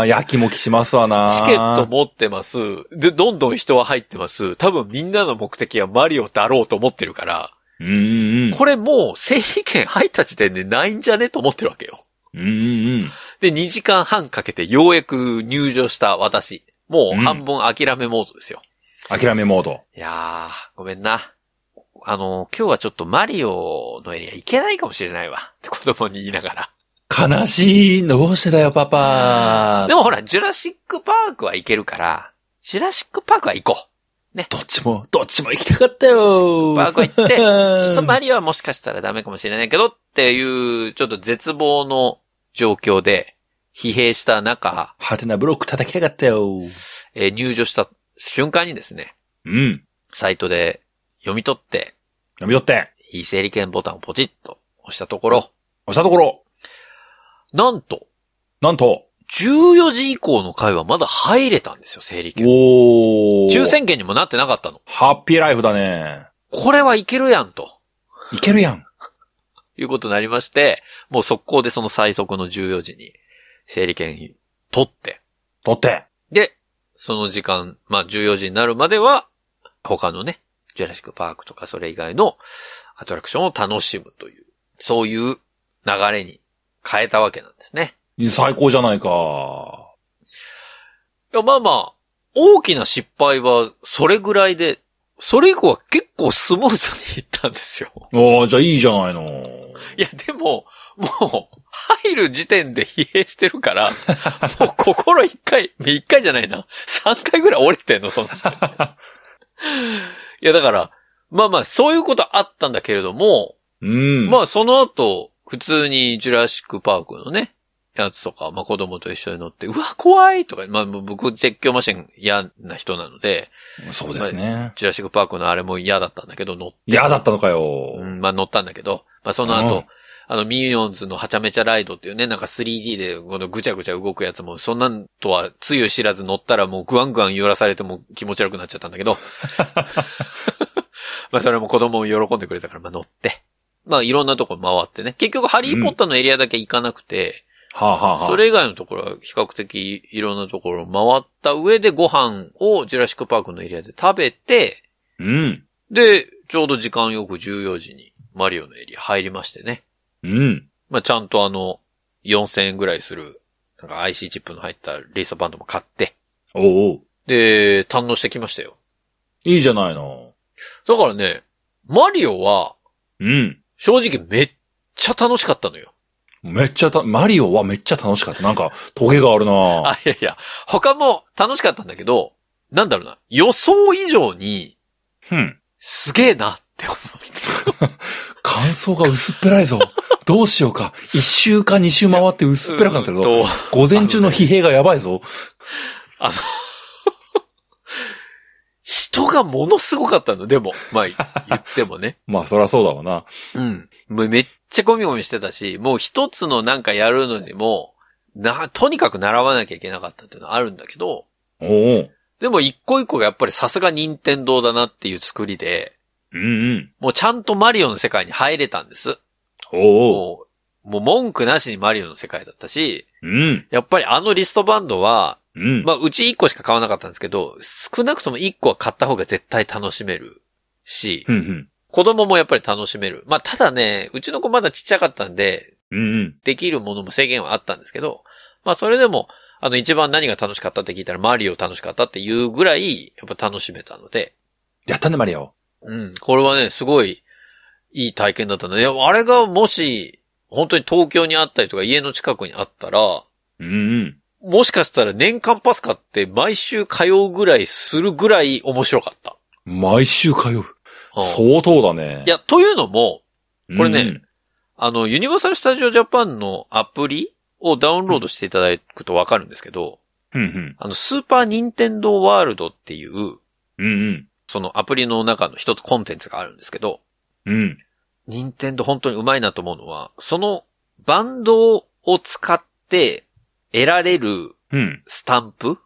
Speaker 2: な。やきもきしますわな。
Speaker 1: ケット持ってます。で、どんどん人は入ってます。多分みんなの目的はマリオだろうと思ってるから、
Speaker 2: うんうんうん。
Speaker 1: これもう整理券入った時点でないんじゃねと思ってるわけよ。
Speaker 2: うんうんうん。
Speaker 1: で、2時間半かけてようやく入場した私。もう半分諦めモードですよ。
Speaker 2: 諦めモード。
Speaker 1: いやー、ごめんな。あの、今日はちょっとマリオのエリア行けないかもしれないわ。って子供に言いなが
Speaker 2: 悲しい。どうしてだよ、パ
Speaker 1: ら。
Speaker 2: パ
Speaker 1: で。もほら、ジュラシックパークは行けるから、ジュラシックパークは行こ
Speaker 2: どっちも、どっちも行きたかったよ。
Speaker 1: う。パークは行って、ちょっとマ
Speaker 2: り。
Speaker 1: リオはもしかしたらダメかもしれないけどっていう、ちょっと絶望の状況で、疲弊した中、
Speaker 2: ハテナブロック叩きたかったよ。
Speaker 1: えー入場した瞬間にですね、
Speaker 2: うん。
Speaker 1: サイトで読み取って、
Speaker 2: 読み取って。
Speaker 1: 非整理券ボタンをポチッと押したところ、
Speaker 2: 押したところ、
Speaker 1: なんと、
Speaker 2: なんと、
Speaker 1: 14時以降の回はまだ入れたんですよ、整理券。
Speaker 2: おー。
Speaker 1: 抽選券にもなってなかったの。
Speaker 2: ハッピーライフだね。
Speaker 1: これはいけるやん、と
Speaker 2: いけるやん。
Speaker 1: いうことになりまして、もう速攻でその最速の14時に整理券取って、
Speaker 2: 取って。
Speaker 1: で、その時間、まあ14時になるまでは、他のね、ジュラシックパークとかそれ以外のアトラクションを楽しむという、そういう流れに変えたわけなんですね。
Speaker 2: 最高じゃないか。
Speaker 1: いや、まあまあ、大きな失敗はそれぐらいで、それ以降は結構スムーズにいったんですよ。
Speaker 2: おー、じゃあいいじゃないの。
Speaker 1: いや、でも、もう、入る時点で疲弊してるから、もう心一回、一回じゃないな。三回ぐらい折れてんの、そんな。いや、だから、まあまあ、そういうことあったんだけれども、
Speaker 2: うん。
Speaker 1: まあ、その後、普通にジュラシックパークのね、やつとか、まあ、子供と一緒に乗って、うわ、怖いとか、まあ、僕、絶叫マシン嫌な人なので、
Speaker 2: そうですね。
Speaker 1: ジュラシックパークのあれも嫌だったんだけど、乗って。
Speaker 2: 嫌だったのかよ。
Speaker 1: うん、まあ、乗ったんだけど、まあ、その後、
Speaker 2: うん
Speaker 1: あの、ミニオンズのはちゃめちゃライドっていうね、なんか 3D でこのぐちゃぐちゃ動くやつも、そんなんとはつゆ知らず乗ったらもうグワングワン揺らされても気持ち悪くなっちゃったんだけ
Speaker 2: (laughs)
Speaker 1: ど。まあそれも子供も喜んでくれたから、まあ乗って。まあいろんなとこ回ってね。結局ハリーポッターのエリアだけ行かなくて、
Speaker 2: はあ、はあはあ、
Speaker 1: それ以外のところは比較的いろんなところ回った上でご飯をジュラシックパークのエリアで食べて、
Speaker 2: うん。
Speaker 1: で、ちょうど時間よく14時にマリオのエリア入りましてね。
Speaker 2: うん。
Speaker 1: まあ、ちゃんとあの、4000円ぐらいする、なんか IC チップの入ったレーサーバンドも買って、
Speaker 2: おうおう
Speaker 1: で、堪能してきましたよ。
Speaker 2: いいじゃないの。
Speaker 1: だからね、マリオは、
Speaker 2: うん。
Speaker 1: 正直めっちゃ楽しかったのよ。
Speaker 2: めっちゃた、マリオはめっちゃ楽しかった。なんか、トゲがあるな
Speaker 1: あ、いやいや、他も楽しかったんだけど、なんだろうな、予想以上に、
Speaker 2: うん。
Speaker 1: すげえなって思っ
Speaker 2: 感想が薄っぺ
Speaker 1: (laughs)
Speaker 2: らいぞ。どうしようか。一周か二周回って
Speaker 1: た。
Speaker 2: 薄っぺらくなってるぞ。
Speaker 1: うんと
Speaker 2: 午前中の疲弊がやばいぞ。
Speaker 1: あの、人がものすごかったの、でも、まあ、言ってもね。
Speaker 2: まあ、そりゃそうだわな。
Speaker 1: うん。もうめっちゃゴミゴミしてたし、もう一つのなんかやるのにも、な、とにかく習わなきゃいけなかったっていうのはあるんだけど、
Speaker 2: おうおう
Speaker 1: でも一個一個がやっぱりさすが任天堂だなっていう作りで、
Speaker 2: うんうん。
Speaker 1: もうちゃんとマリオの世界に入れたんです。
Speaker 2: おうおう
Speaker 1: もう、もう文句なしにマリオの世界だったし、
Speaker 2: うん。
Speaker 1: やっぱりあのリストバンドは、
Speaker 2: うん。
Speaker 1: まあうち一個しか買わなかったんですけど、少なくとも一個は買った方が絶対楽しめるし、
Speaker 2: うんうん。
Speaker 1: 子供もやっぱり楽しめる。まあただね、うちの子まだちっちゃかったんで、
Speaker 2: うんうん。
Speaker 1: できるものも制限はあったんですけど、まあそれでも、あの一番何が楽しかったって聞いたらマリオ楽しかったっていうぐらい、やっぱ楽しめたので、
Speaker 2: やったね、マリオ。
Speaker 1: うん、これはね、すごいいい体験だったので、いやあれがもし、本当に東京にあったりとか家の近くにあったら、
Speaker 2: うんうん。
Speaker 1: もしかしたら年間パス買って毎週通うぐらいするぐらい面白かった。
Speaker 2: 毎週通う。
Speaker 1: うん
Speaker 2: 相当だね。
Speaker 1: いや、というのも、
Speaker 2: うん、
Speaker 1: これねあの、ユニバーサル・スタジオ・ジャパンのアプリをダウンロードしていただくとわかるんですけど、
Speaker 2: うんうん。
Speaker 1: あの、スーパーニンテンドーワールドっていう、
Speaker 2: うん
Speaker 1: そのアプリの中の一つコンテンツがあるんですけど、
Speaker 2: うん。うん。
Speaker 1: ニンテンドー本当にうまいなと思うのは、そのバンドを使って得られる
Speaker 2: うん。
Speaker 1: スタンプ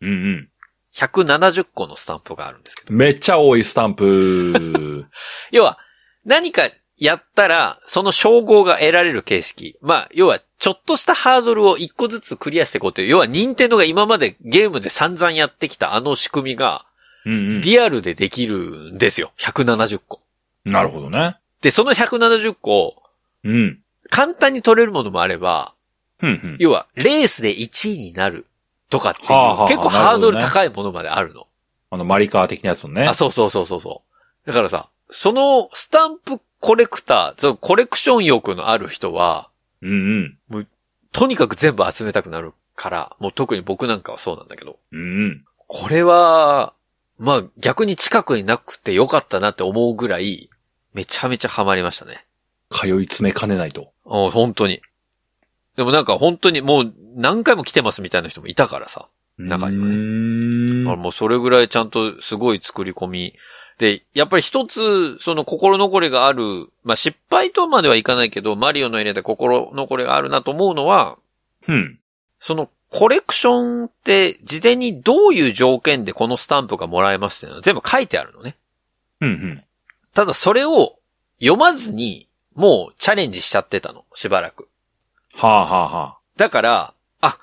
Speaker 2: うんうん。
Speaker 1: 170個のスタンプがあるんですけど。
Speaker 2: めっちゃ多いスタ
Speaker 1: (laughs)
Speaker 2: ンプ。
Speaker 1: 要は、何かやったら、その称号が得られる形式。まあ、要は、ちょっとしたハードルを一個ずつクリアしていこうという、要は、ニンテンドーが今までゲームで散々やってきたあの仕組みが、
Speaker 2: うん
Speaker 1: リアルでできるんですよ。170個。
Speaker 2: うん。なるほどね。
Speaker 1: で、その170個、
Speaker 2: うん。
Speaker 1: 簡単に取れるものもあれば、
Speaker 2: うんうん。
Speaker 1: 要は、レースで1位になるとかっていう、
Speaker 2: はあはあ
Speaker 1: 結構
Speaker 2: な
Speaker 1: ハ
Speaker 2: る
Speaker 1: ー
Speaker 2: ほ
Speaker 1: ド
Speaker 2: ど
Speaker 1: ル
Speaker 2: ね
Speaker 1: 高いものまであるの。
Speaker 2: あの、マリカー的なやつのね。
Speaker 1: あ、そうそうそうそうそう。だからさ、そのスタンプコレクター、そのコレクション欲のある人は、
Speaker 2: う。うん
Speaker 1: とにかく全部集めたくなるから、もう特に僕なんかはそうなんだけど、
Speaker 2: うん。うん
Speaker 1: これは、まあ逆に近くになくてよかったなって思うぐらい、めちゃめちゃハマりましたね。
Speaker 2: 通い詰めかねないと。
Speaker 1: うん、本当に。でもなんか本当にもう何回も来てますみたいな人もいたからさ。中にはね
Speaker 2: うーん
Speaker 1: あもうそれぐらいちゃんとすごい作り込み。で、やっぱり一つ、その心残りがある、まあ、失敗とまではいかないけど、マリオの入れで心残りがあるなと思うのは、
Speaker 2: うん。
Speaker 1: そのコレクションって事前にどういう条件でこのスタンプがもらえますっていうのは全部書いてあるのね。
Speaker 2: うんうん。
Speaker 1: ただそれを読まずに、もうチャレンジしちゃってたの、しばらく。
Speaker 2: はあはあは
Speaker 1: だから、あ、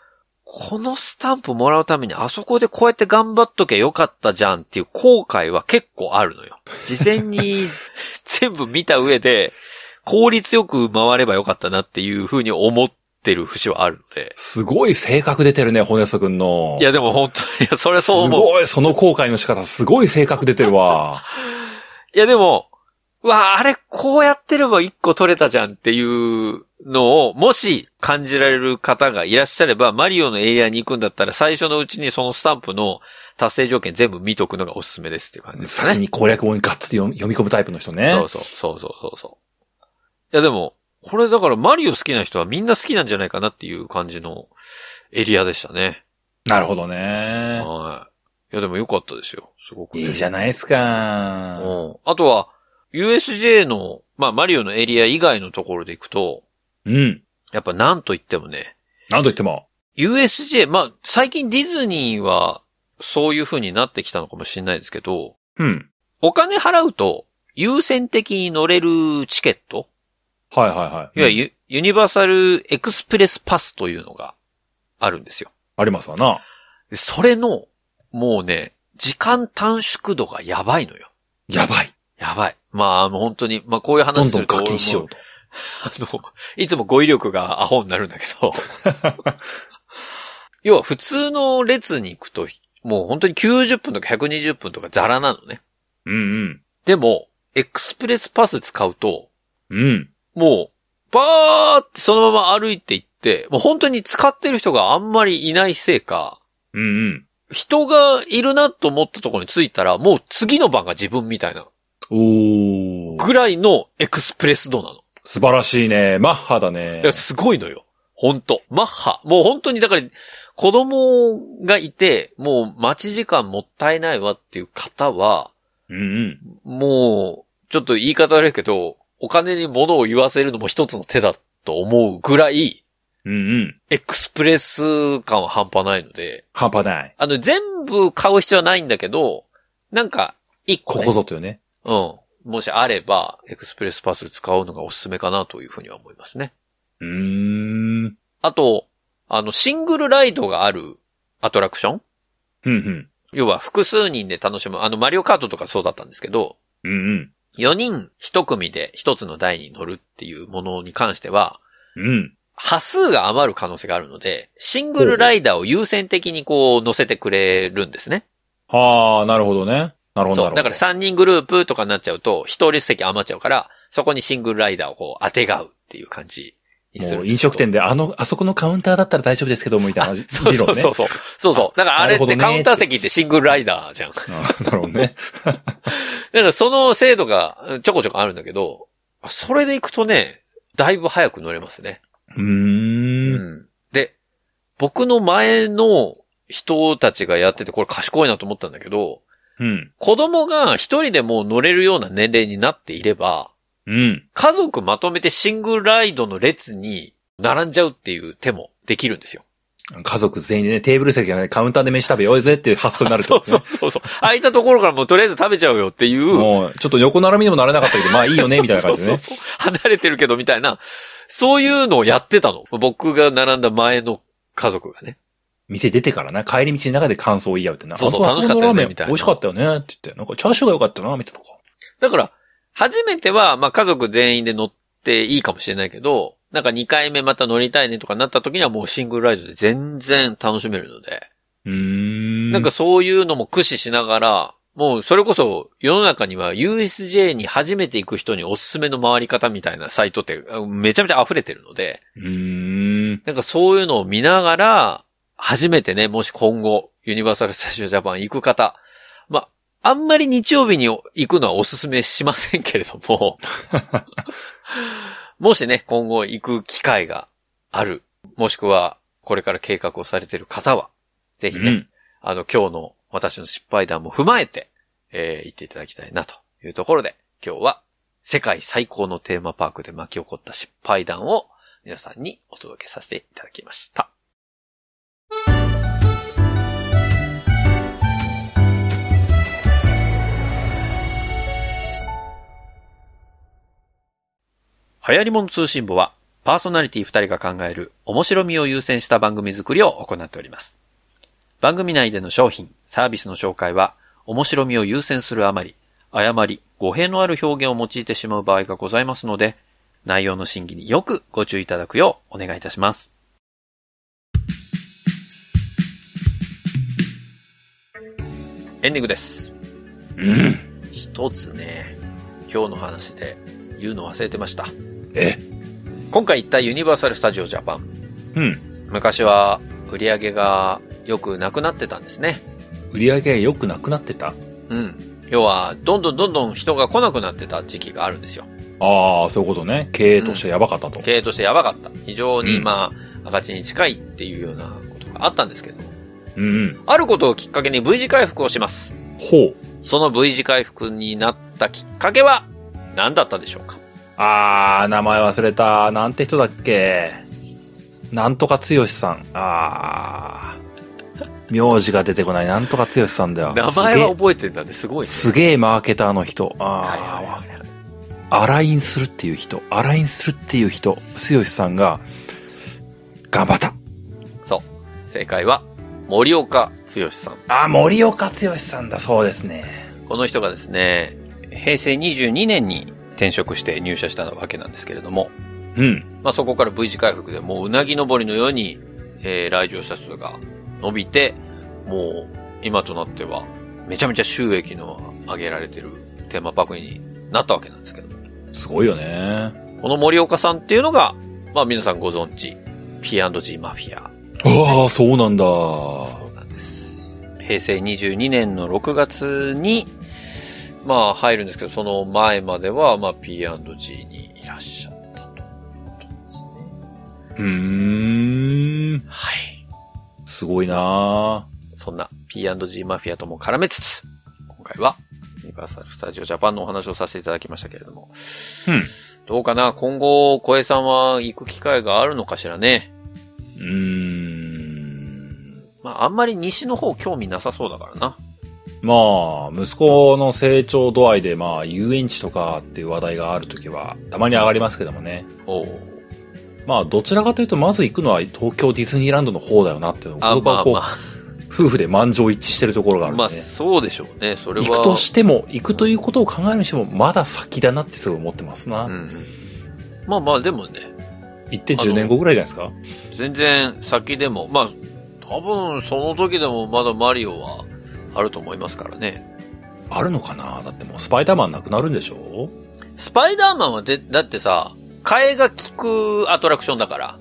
Speaker 1: このスタンプもらうためにあそこでこうやって頑張っときゃよかったじゃんっていう後悔は結構あるのよ。事前に全部見た上で、効率よく回ればよかったなっていうふうに思ってる節はあるので。
Speaker 2: すごい性格出てるね、ホネソ君の。
Speaker 1: いや、でも本当に、いや、それはそう
Speaker 2: す
Speaker 1: 思う。
Speaker 2: ごい、その後悔の仕方、すごい性格出てる
Speaker 1: (laughs)
Speaker 2: わ。
Speaker 1: いや、でも、うわあ、あれ、こうやってれば一個取れたじゃんっていうのを、もし感じられる方がいらっしゃれば、マリオのエリアに行くんだったら、最初のうちにそのスタンプの達成条件全部見とくのがおすすめですっていう感じですか
Speaker 2: 先
Speaker 1: ね。
Speaker 2: に攻略本にガッツリ読み読み込むタイプの人ね。
Speaker 1: そうそう、そうそうそうそう。いや、でも、これだからマリオ好きな人はみんな好きなんじゃないかなっていう感じのエリアでしたね。
Speaker 2: なるほどね。
Speaker 1: はい。いやでも良かったですよ。すごく、ね。
Speaker 2: いいじゃ
Speaker 1: ん。
Speaker 2: ないです
Speaker 1: う
Speaker 2: か。
Speaker 1: ん。あとは、USJ の、まあマリオのエリア以外のところで行くと、
Speaker 2: うん。
Speaker 1: やっぱなんと言ってもね、
Speaker 2: なんと言っても。
Speaker 1: USJ、まあ最近ディズニーはそういう風になってきたのかもしれないですけど、
Speaker 2: うん。
Speaker 1: お金払うと優先的に乗れるチケット、
Speaker 2: はいはいはい。
Speaker 1: いわゆるユユニバーサルエクスプレスパスというのがあるんですよ。
Speaker 2: ありますわな。
Speaker 1: でそれの、もうね、時間短縮度がやばいのよ。
Speaker 2: やばい。
Speaker 1: やばい。まあ、もう本当に、まあこういう
Speaker 2: ど
Speaker 1: 話
Speaker 2: ん
Speaker 1: す
Speaker 2: ど
Speaker 1: る
Speaker 2: ん
Speaker 1: と
Speaker 2: 課金しよ
Speaker 1: 俺も
Speaker 2: うと。
Speaker 1: あの、いつも語彙力がアホになるんだけど。 (laughs) 要は普通の列に行くと、もう本当に90分とか120分とかザラなのね。
Speaker 2: うん
Speaker 1: でも、エクスプレスパス使うと、
Speaker 2: うん。うん。
Speaker 1: もう、バーってそのまま歩いていって、もう本当に使ってる人があんまりいないせいか、
Speaker 2: うんうん。
Speaker 1: 人がいるなと思ったところに着いたら、もう次の番が自分みたいな、
Speaker 2: おー。
Speaker 1: ぐらいのエクスプレス度なの。
Speaker 2: 素晴らしいね。マッハだね
Speaker 1: だか。らすごいのよ。本当マッハ。もう本当に、だから、子供がいて、もう待ち時間もったいないわっていう方は、
Speaker 2: うんうん。
Speaker 1: もう、ちょっと言い方悪いけど、お金に物を言わせるのも一つの手だと思うぐらい、
Speaker 2: うんうん。
Speaker 1: エクスプレス感は半端ないので、
Speaker 2: 半端ない。
Speaker 1: あの、全部買う必要はないんだけど、なんか、一個、
Speaker 2: こ
Speaker 1: ね、
Speaker 2: こぞというね。
Speaker 1: うん。もしあれば、エクスプレスパス使うのがおすすめかなというふうには思いますね。
Speaker 2: うーん。
Speaker 1: あと、あの、シングルライドがあるアトラクション
Speaker 2: うんうん。
Speaker 1: 要は複数人で楽しむ。あの、マリオカートとかそうだったんですけど、
Speaker 2: うん
Speaker 1: 4人1組で1つの台に乗るっていうものに関しては、
Speaker 2: うん。うん。
Speaker 1: 波数が余る可能性があるので、シングルライダーを優先的にこう乗せてくれるんですね。
Speaker 2: はあ、なるほどね。なる
Speaker 1: そう。
Speaker 2: ほど、なるほど。
Speaker 1: だから3人グループとかになっちゃうと、1人席余っちゃうから、そこにシングルライダーをこう当てがうっていう感じにするんですけど。
Speaker 2: もう飲食店で、あの、あそこのカウンターだったら大丈夫ですけども、みたいな
Speaker 1: そう
Speaker 2: 理
Speaker 1: そう
Speaker 2: 論ね。
Speaker 1: そうそう。そうそう。だからあれっ
Speaker 2: なるほど
Speaker 1: て
Speaker 2: ね
Speaker 1: カウンター席ってシングルライダーじゃん。
Speaker 2: あなるほどね。
Speaker 1: だからその制度がちょこちょこあるんだけど、それで行くとね、だいぶ早く乗れますね。う
Speaker 2: うーん。
Speaker 1: で、僕の前の人たちがやってて、これ賢いなと思ったんだけど、
Speaker 2: うん。
Speaker 1: 子供が一人でもう乗れるような年齢になっていれば、
Speaker 2: うん。
Speaker 1: 家族まとめてシングルライドの列に並んじゃうっていう手もできるんですよ。
Speaker 2: 家族全員でね、テーブル席じゃないカウンターで飯食べようぜっていう発想になるって
Speaker 1: そ
Speaker 2: こ
Speaker 1: う (laughs)
Speaker 2: と
Speaker 1: そう
Speaker 2: ね。
Speaker 1: そうそう。空いたところからもうとりあえず食べちゃうよっていう。
Speaker 2: もう、ちょっと横並びにもなれなかったけど、まあいい
Speaker 1: (laughs)
Speaker 2: よね、みたいな感じでね。
Speaker 1: そうそうそう離れてるけどみたいな、そういうのをやってたの。僕が並んだ前の家族がね。
Speaker 2: 店出てからな、帰り道の中で感想を言い合うってな。
Speaker 1: そうそう
Speaker 2: あの時
Speaker 1: 楽し
Speaker 2: は
Speaker 1: かったよね
Speaker 2: あそこのラーメン
Speaker 1: みたいな
Speaker 2: 美味しかったよね、って言って。なんかチャーシューが良かったな、みたいなとか。
Speaker 1: だから、初めては、まあ家族全員で乗っていいかもしれないけど、なんか2回目また乗りたいねとかなった時にはもうシングルライドで全然楽しめるので、
Speaker 2: うーん。
Speaker 1: なんか、そういうのも駆使しながら、もうそれこそ世の中には USJ に初めて行く人におすすめの回り方みたいなサイトってあめちゃめちゃ溢れてるので、
Speaker 2: うーん。
Speaker 1: なんかそういうのを見ながら、初めてね、もし今後、ユニバーサル・スタジオ・ジャパン行く方、まあ、あんまり日曜日に行くのはお勧めしませんけれども、もしね、今後行く機会がある、もしくは、これから計画をされている方は、ぜひ
Speaker 2: う
Speaker 1: ね、
Speaker 2: ん。
Speaker 1: あの、今日の私の失敗談も踏まえて、えー、行っていただきたいなというところで、今日は世界最高のテーマパークで巻き起こった失敗談を皆さんにお届けさせていただきました。流行り物通信簿は、パーソナリティ2人が考える面白みを優先した番組作りを行っております。番組内での商品、サービスの紹介は、面白みを優先するあまり、誤り、語弊のある表現を用いてしまう場合がございますので、内容の審議によくご注意いただくようお願いいたします。エンディングです。
Speaker 2: うん。
Speaker 1: 一つね、今日の話で言うの忘れてました。
Speaker 2: え、
Speaker 1: 今回行ったユニバーサル・スタジオ・ジャパン。
Speaker 2: うん。
Speaker 1: 昔は売り上げがよくなくなってたんですね。
Speaker 2: 売り上げ良くなくなってた
Speaker 1: うん。要は、どんどんどんどん人が来なくなってた時期があるんですよ。
Speaker 2: ああ、そういうことね。経営としてやばかったと。
Speaker 1: 経営としてやばかった。非常に、
Speaker 2: うん
Speaker 1: まあ、赤字に近いっていうようなことがあったんですけど、
Speaker 2: うん、うん。
Speaker 1: あることをきっかけに V 字回復をします。
Speaker 2: ほ
Speaker 1: その V 字回復になったきっかけは何だったでしょうか
Speaker 2: う。ああ、名前忘れた。なんて人だっけ。なんとかつよしさん。ああ。名字が出てこない。なんとかつよしさんだよ。
Speaker 1: 名前は覚えてんだね。すごいね。
Speaker 2: すげえマーケターの人。
Speaker 1: はい
Speaker 2: あ
Speaker 1: はい
Speaker 2: あ、
Speaker 1: はいはい
Speaker 2: アラインするっていう人、アラインするっていう人、剛さんが、頑張った。
Speaker 1: 正解は、森岡剛さん。
Speaker 2: あ、森岡剛さんだ、そうですね。
Speaker 1: この人がですね、平成22年に転職して入社したわけなんですけれども、
Speaker 2: うん。
Speaker 1: まあそこから V 字回復でもううなぎ登りのように、えー来場者数が伸びて、もう今となってはめちゃめちゃ収益の上げられてるテーマパークになったわけなんですけど、
Speaker 2: すごいよね。
Speaker 1: この森岡さんっていうのが、まあ皆さんご存知、P&G マフィア
Speaker 2: ああ、そうなんだ。
Speaker 1: そうなんです。平成22年の6月に、まあ入るんですけど、その前までは、まあ P&G にいらっしゃったと。
Speaker 2: うーん。
Speaker 1: はい。
Speaker 2: すごいな
Speaker 1: そんな P&G マフィアとも絡めつつ、今回は、ユニバーサル・スタジオ・ジャパンのお話をさせていただきましたけれども。
Speaker 2: うん。
Speaker 1: どうかな今後、小江さんは行く機会があるのかしらね。
Speaker 2: うーん。
Speaker 1: まあ、あんまり西の方興味なさそうだからな。
Speaker 2: まあ、息子の成長度合いで、まあ、遊園地とかっていう話題があるときは、たまに上がりますけどもね。
Speaker 1: おう
Speaker 2: まあ、どちらかというと、まず行くのは東京ディズニーランドの方だよなっていうの
Speaker 1: あ、
Speaker 2: 僕
Speaker 1: ま
Speaker 2: は
Speaker 1: あ
Speaker 2: こう、
Speaker 1: ま
Speaker 2: 夫婦で満場一致してるところがあ
Speaker 1: あ、
Speaker 2: るん
Speaker 1: ま
Speaker 2: で
Speaker 1: あ、
Speaker 2: ね、
Speaker 1: そうでしょうね。それは。
Speaker 2: 行くとしても、行くということを考えるにしても、まだ先だなってすごい思ってますな。
Speaker 1: うんうん。まあまあ、でもね、
Speaker 2: 行って10年後ぐらいじゃないですか
Speaker 1: 全然先でも、まあ、多分その時でもまだマリオはあると思いますからね。
Speaker 2: あるのかなだってもうスパイダーマンなくなるんでしょ
Speaker 1: スパイダーマンはで、だってさ、替えが効くアトラクションだから。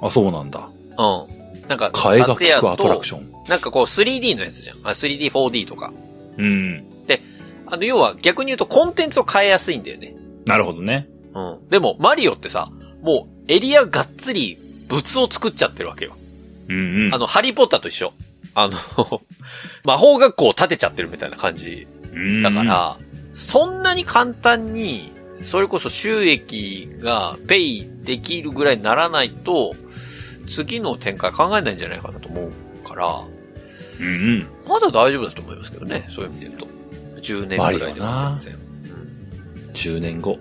Speaker 2: あ、そうなんだ。
Speaker 1: うん。なんか、
Speaker 2: 替えが利くアトラク
Speaker 1: シ
Speaker 2: ション。
Speaker 1: ョン。なんかこう 3D のやつじゃん。あ、3D、4D とか。
Speaker 2: うん。
Speaker 1: あの、要は逆に言うとコンテンツを変えやすいんだよね。
Speaker 2: なるほどね。
Speaker 1: うん。でも、マリオってさ、もうエリアがっつり物を作っちゃってるわけよ。
Speaker 2: うんうん。
Speaker 1: あの、ハリーポッターと一緒。あの、 (laughs) 魔法学校を建てちゃってるみたいな感じ
Speaker 2: うん
Speaker 1: だか、ら、そんなに簡単に、それこそ収益がペイできるぐらいにならないと、次の展開考えないんじゃないかなと思うから、
Speaker 2: うんうん。
Speaker 1: まだ大丈夫だと思いますけどね、そういう意味で言うと。10年ぐらいでも全然。
Speaker 2: 10年後。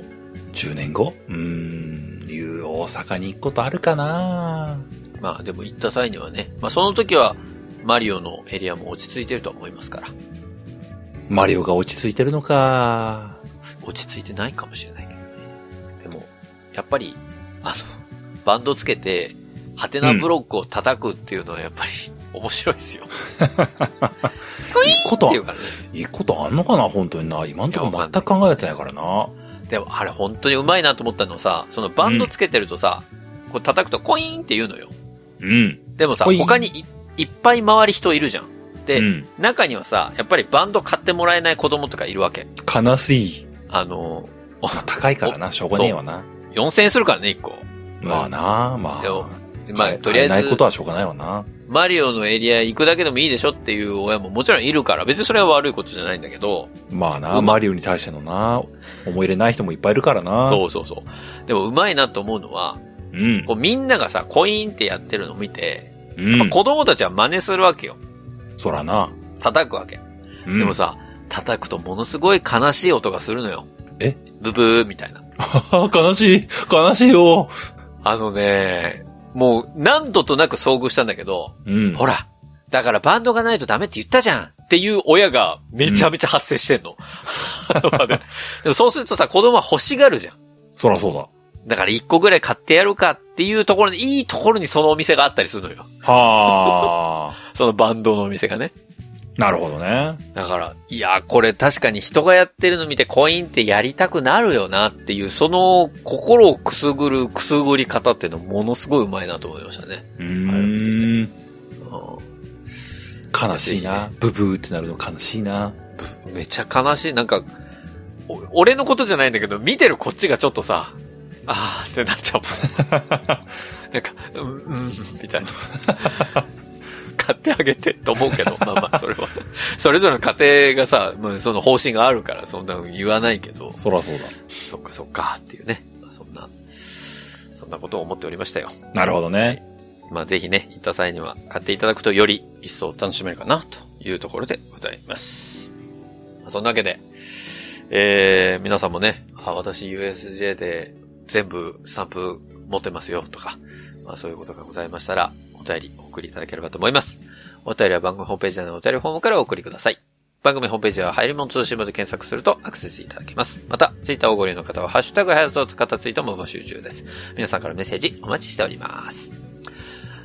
Speaker 2: 10年後うーん。いう大阪に行くことあるかな
Speaker 1: まあでも行った際にはね、まあその時はマリオのエリアも落ち着いてるとは思いますから、
Speaker 2: マリオが落ち着いてるのか。
Speaker 1: 落ち着いてないかもしれないけどね。でも、やっぱり、あの、バンドつけて、ハテナブロックを叩くっていうのはやっぱり面白いですよ。
Speaker 2: 行くこと
Speaker 1: っ
Speaker 2: は
Speaker 1: ていうからね。
Speaker 2: 行くことあんのかな本当にな。今んとこ全く考えてないからな。
Speaker 1: でも、あれ本当にうまいなと思ったのさ、そのバンドつけてるとさ、こう叩くとコイーンって言うのよ。
Speaker 2: うん。
Speaker 1: でもさ、
Speaker 2: コイーン
Speaker 1: 他にいいっぱい周り人いるじゃん。で、
Speaker 2: うん、
Speaker 1: 中にはさ、やっぱりバンド買ってもらえない子供とかいるわけ。
Speaker 2: 悲しい。
Speaker 1: あの、
Speaker 2: まあ、高いからな、しょうがねえわな。
Speaker 1: 4000円するからね、1個。
Speaker 2: まあな、ま
Speaker 1: でも
Speaker 2: あ。
Speaker 1: まあ、
Speaker 2: 買え
Speaker 1: とりあえ
Speaker 2: 買えないこ
Speaker 1: ず
Speaker 2: と、はしょうがないわな。
Speaker 1: マリオのエリア行くだけでもいいでしょっていう親ももちろんいるから、別にそれは悪いことじゃないんだけど、
Speaker 2: まあ
Speaker 1: うま
Speaker 2: な、マリオに対してのな、思い入れない人もいっぱいいるからな。
Speaker 1: そうそうそう。でもうまいなと思うのは、
Speaker 2: う。うん
Speaker 1: こ。うみんながさ、コイーンってやってるのを見て、
Speaker 2: う
Speaker 1: まあ
Speaker 2: ん。
Speaker 1: 子供たちは真似するわけよ。
Speaker 2: そらな。
Speaker 1: 叩くわけ。
Speaker 2: うん
Speaker 1: でも。さ、叩くとものすごい悲しい音がするのよ。
Speaker 2: え
Speaker 1: ブブーみたいな。
Speaker 2: (laughs) 悲しい。悲しいよ。
Speaker 1: あのね、もう何度となく遭遇したんだけど、
Speaker 2: うん。
Speaker 1: ほら、だからバンドがないとダメって言ったじゃんっていう親がめちゃめちゃ発生してんの。 (laughs) でもそうするとさ、子供は欲しがるじゃん。
Speaker 2: そらそうだ。
Speaker 1: だから一個ぐらい買ってやるかっていうところで、いいところにそのお店があったりするのよ。
Speaker 2: はあ。
Speaker 1: そのバンドのお店がね。
Speaker 2: (laughs) なるほどね。
Speaker 1: だから、いや、これ確かに人がやってるの見てコインってやりたくなるよなっていう、その心をくすぐるくすぐり方っていうのものすごいうまいなと思いましたね。
Speaker 2: うーん。
Speaker 1: う
Speaker 2: 悲しいな。ブブーってなるの悲しいな。
Speaker 1: ん、めっちゃ悲しい。なんか、お俺のことじゃないんだけど、見てるこっちがちょっとさ、あーってなっちゃうもん。なんか、うん、うん、みたいな。買ってあげてと思うけど、まあまあ、それは。それぞれの家庭がさ、まあその方針があるから、そんなの言わないけど、
Speaker 2: そらそうだ。
Speaker 1: そっかそっかっていうね。まあ、そんな、そんなことを思っておりましたよ。
Speaker 2: なるほどね。
Speaker 1: まあぜひね、行った際には買っていただくとより一層楽しめるかなというところでございます。まあそんなわけで、えー、皆さんもね、あ、私 USJ で全部スタンプ持ってますよとか、まあそういうことがございましたら、お便りお送りいただければと思います。お便りは番組ホームページ内のお便りフォームからお送りください。番組ホームページは、入り物通信簿で検索するとアクセスいただけます。また、ツイッターをご利用の方は、ハッシュタグハヤトを使ったツイートも募集中です。皆さんからメッセージお待ちしております。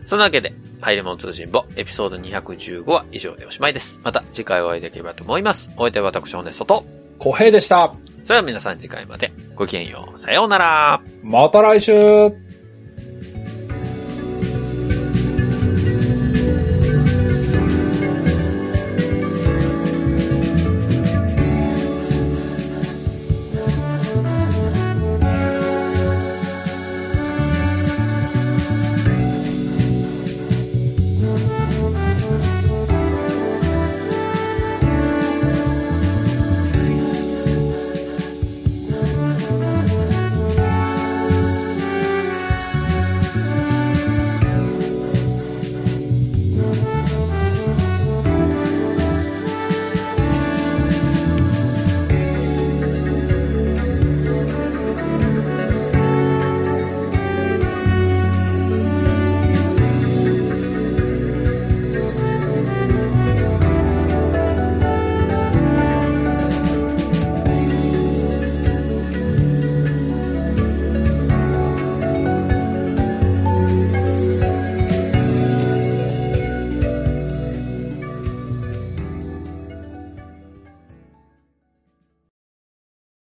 Speaker 1: そんなわけで、入り物通信簿、エピソード215は以上でおしまいです。また次回お会いできればと思います。お相手は私、ホネストと。
Speaker 2: 小平でした。
Speaker 1: それでは皆さん次回まで。ごきげんよう。さようなら。
Speaker 2: また来週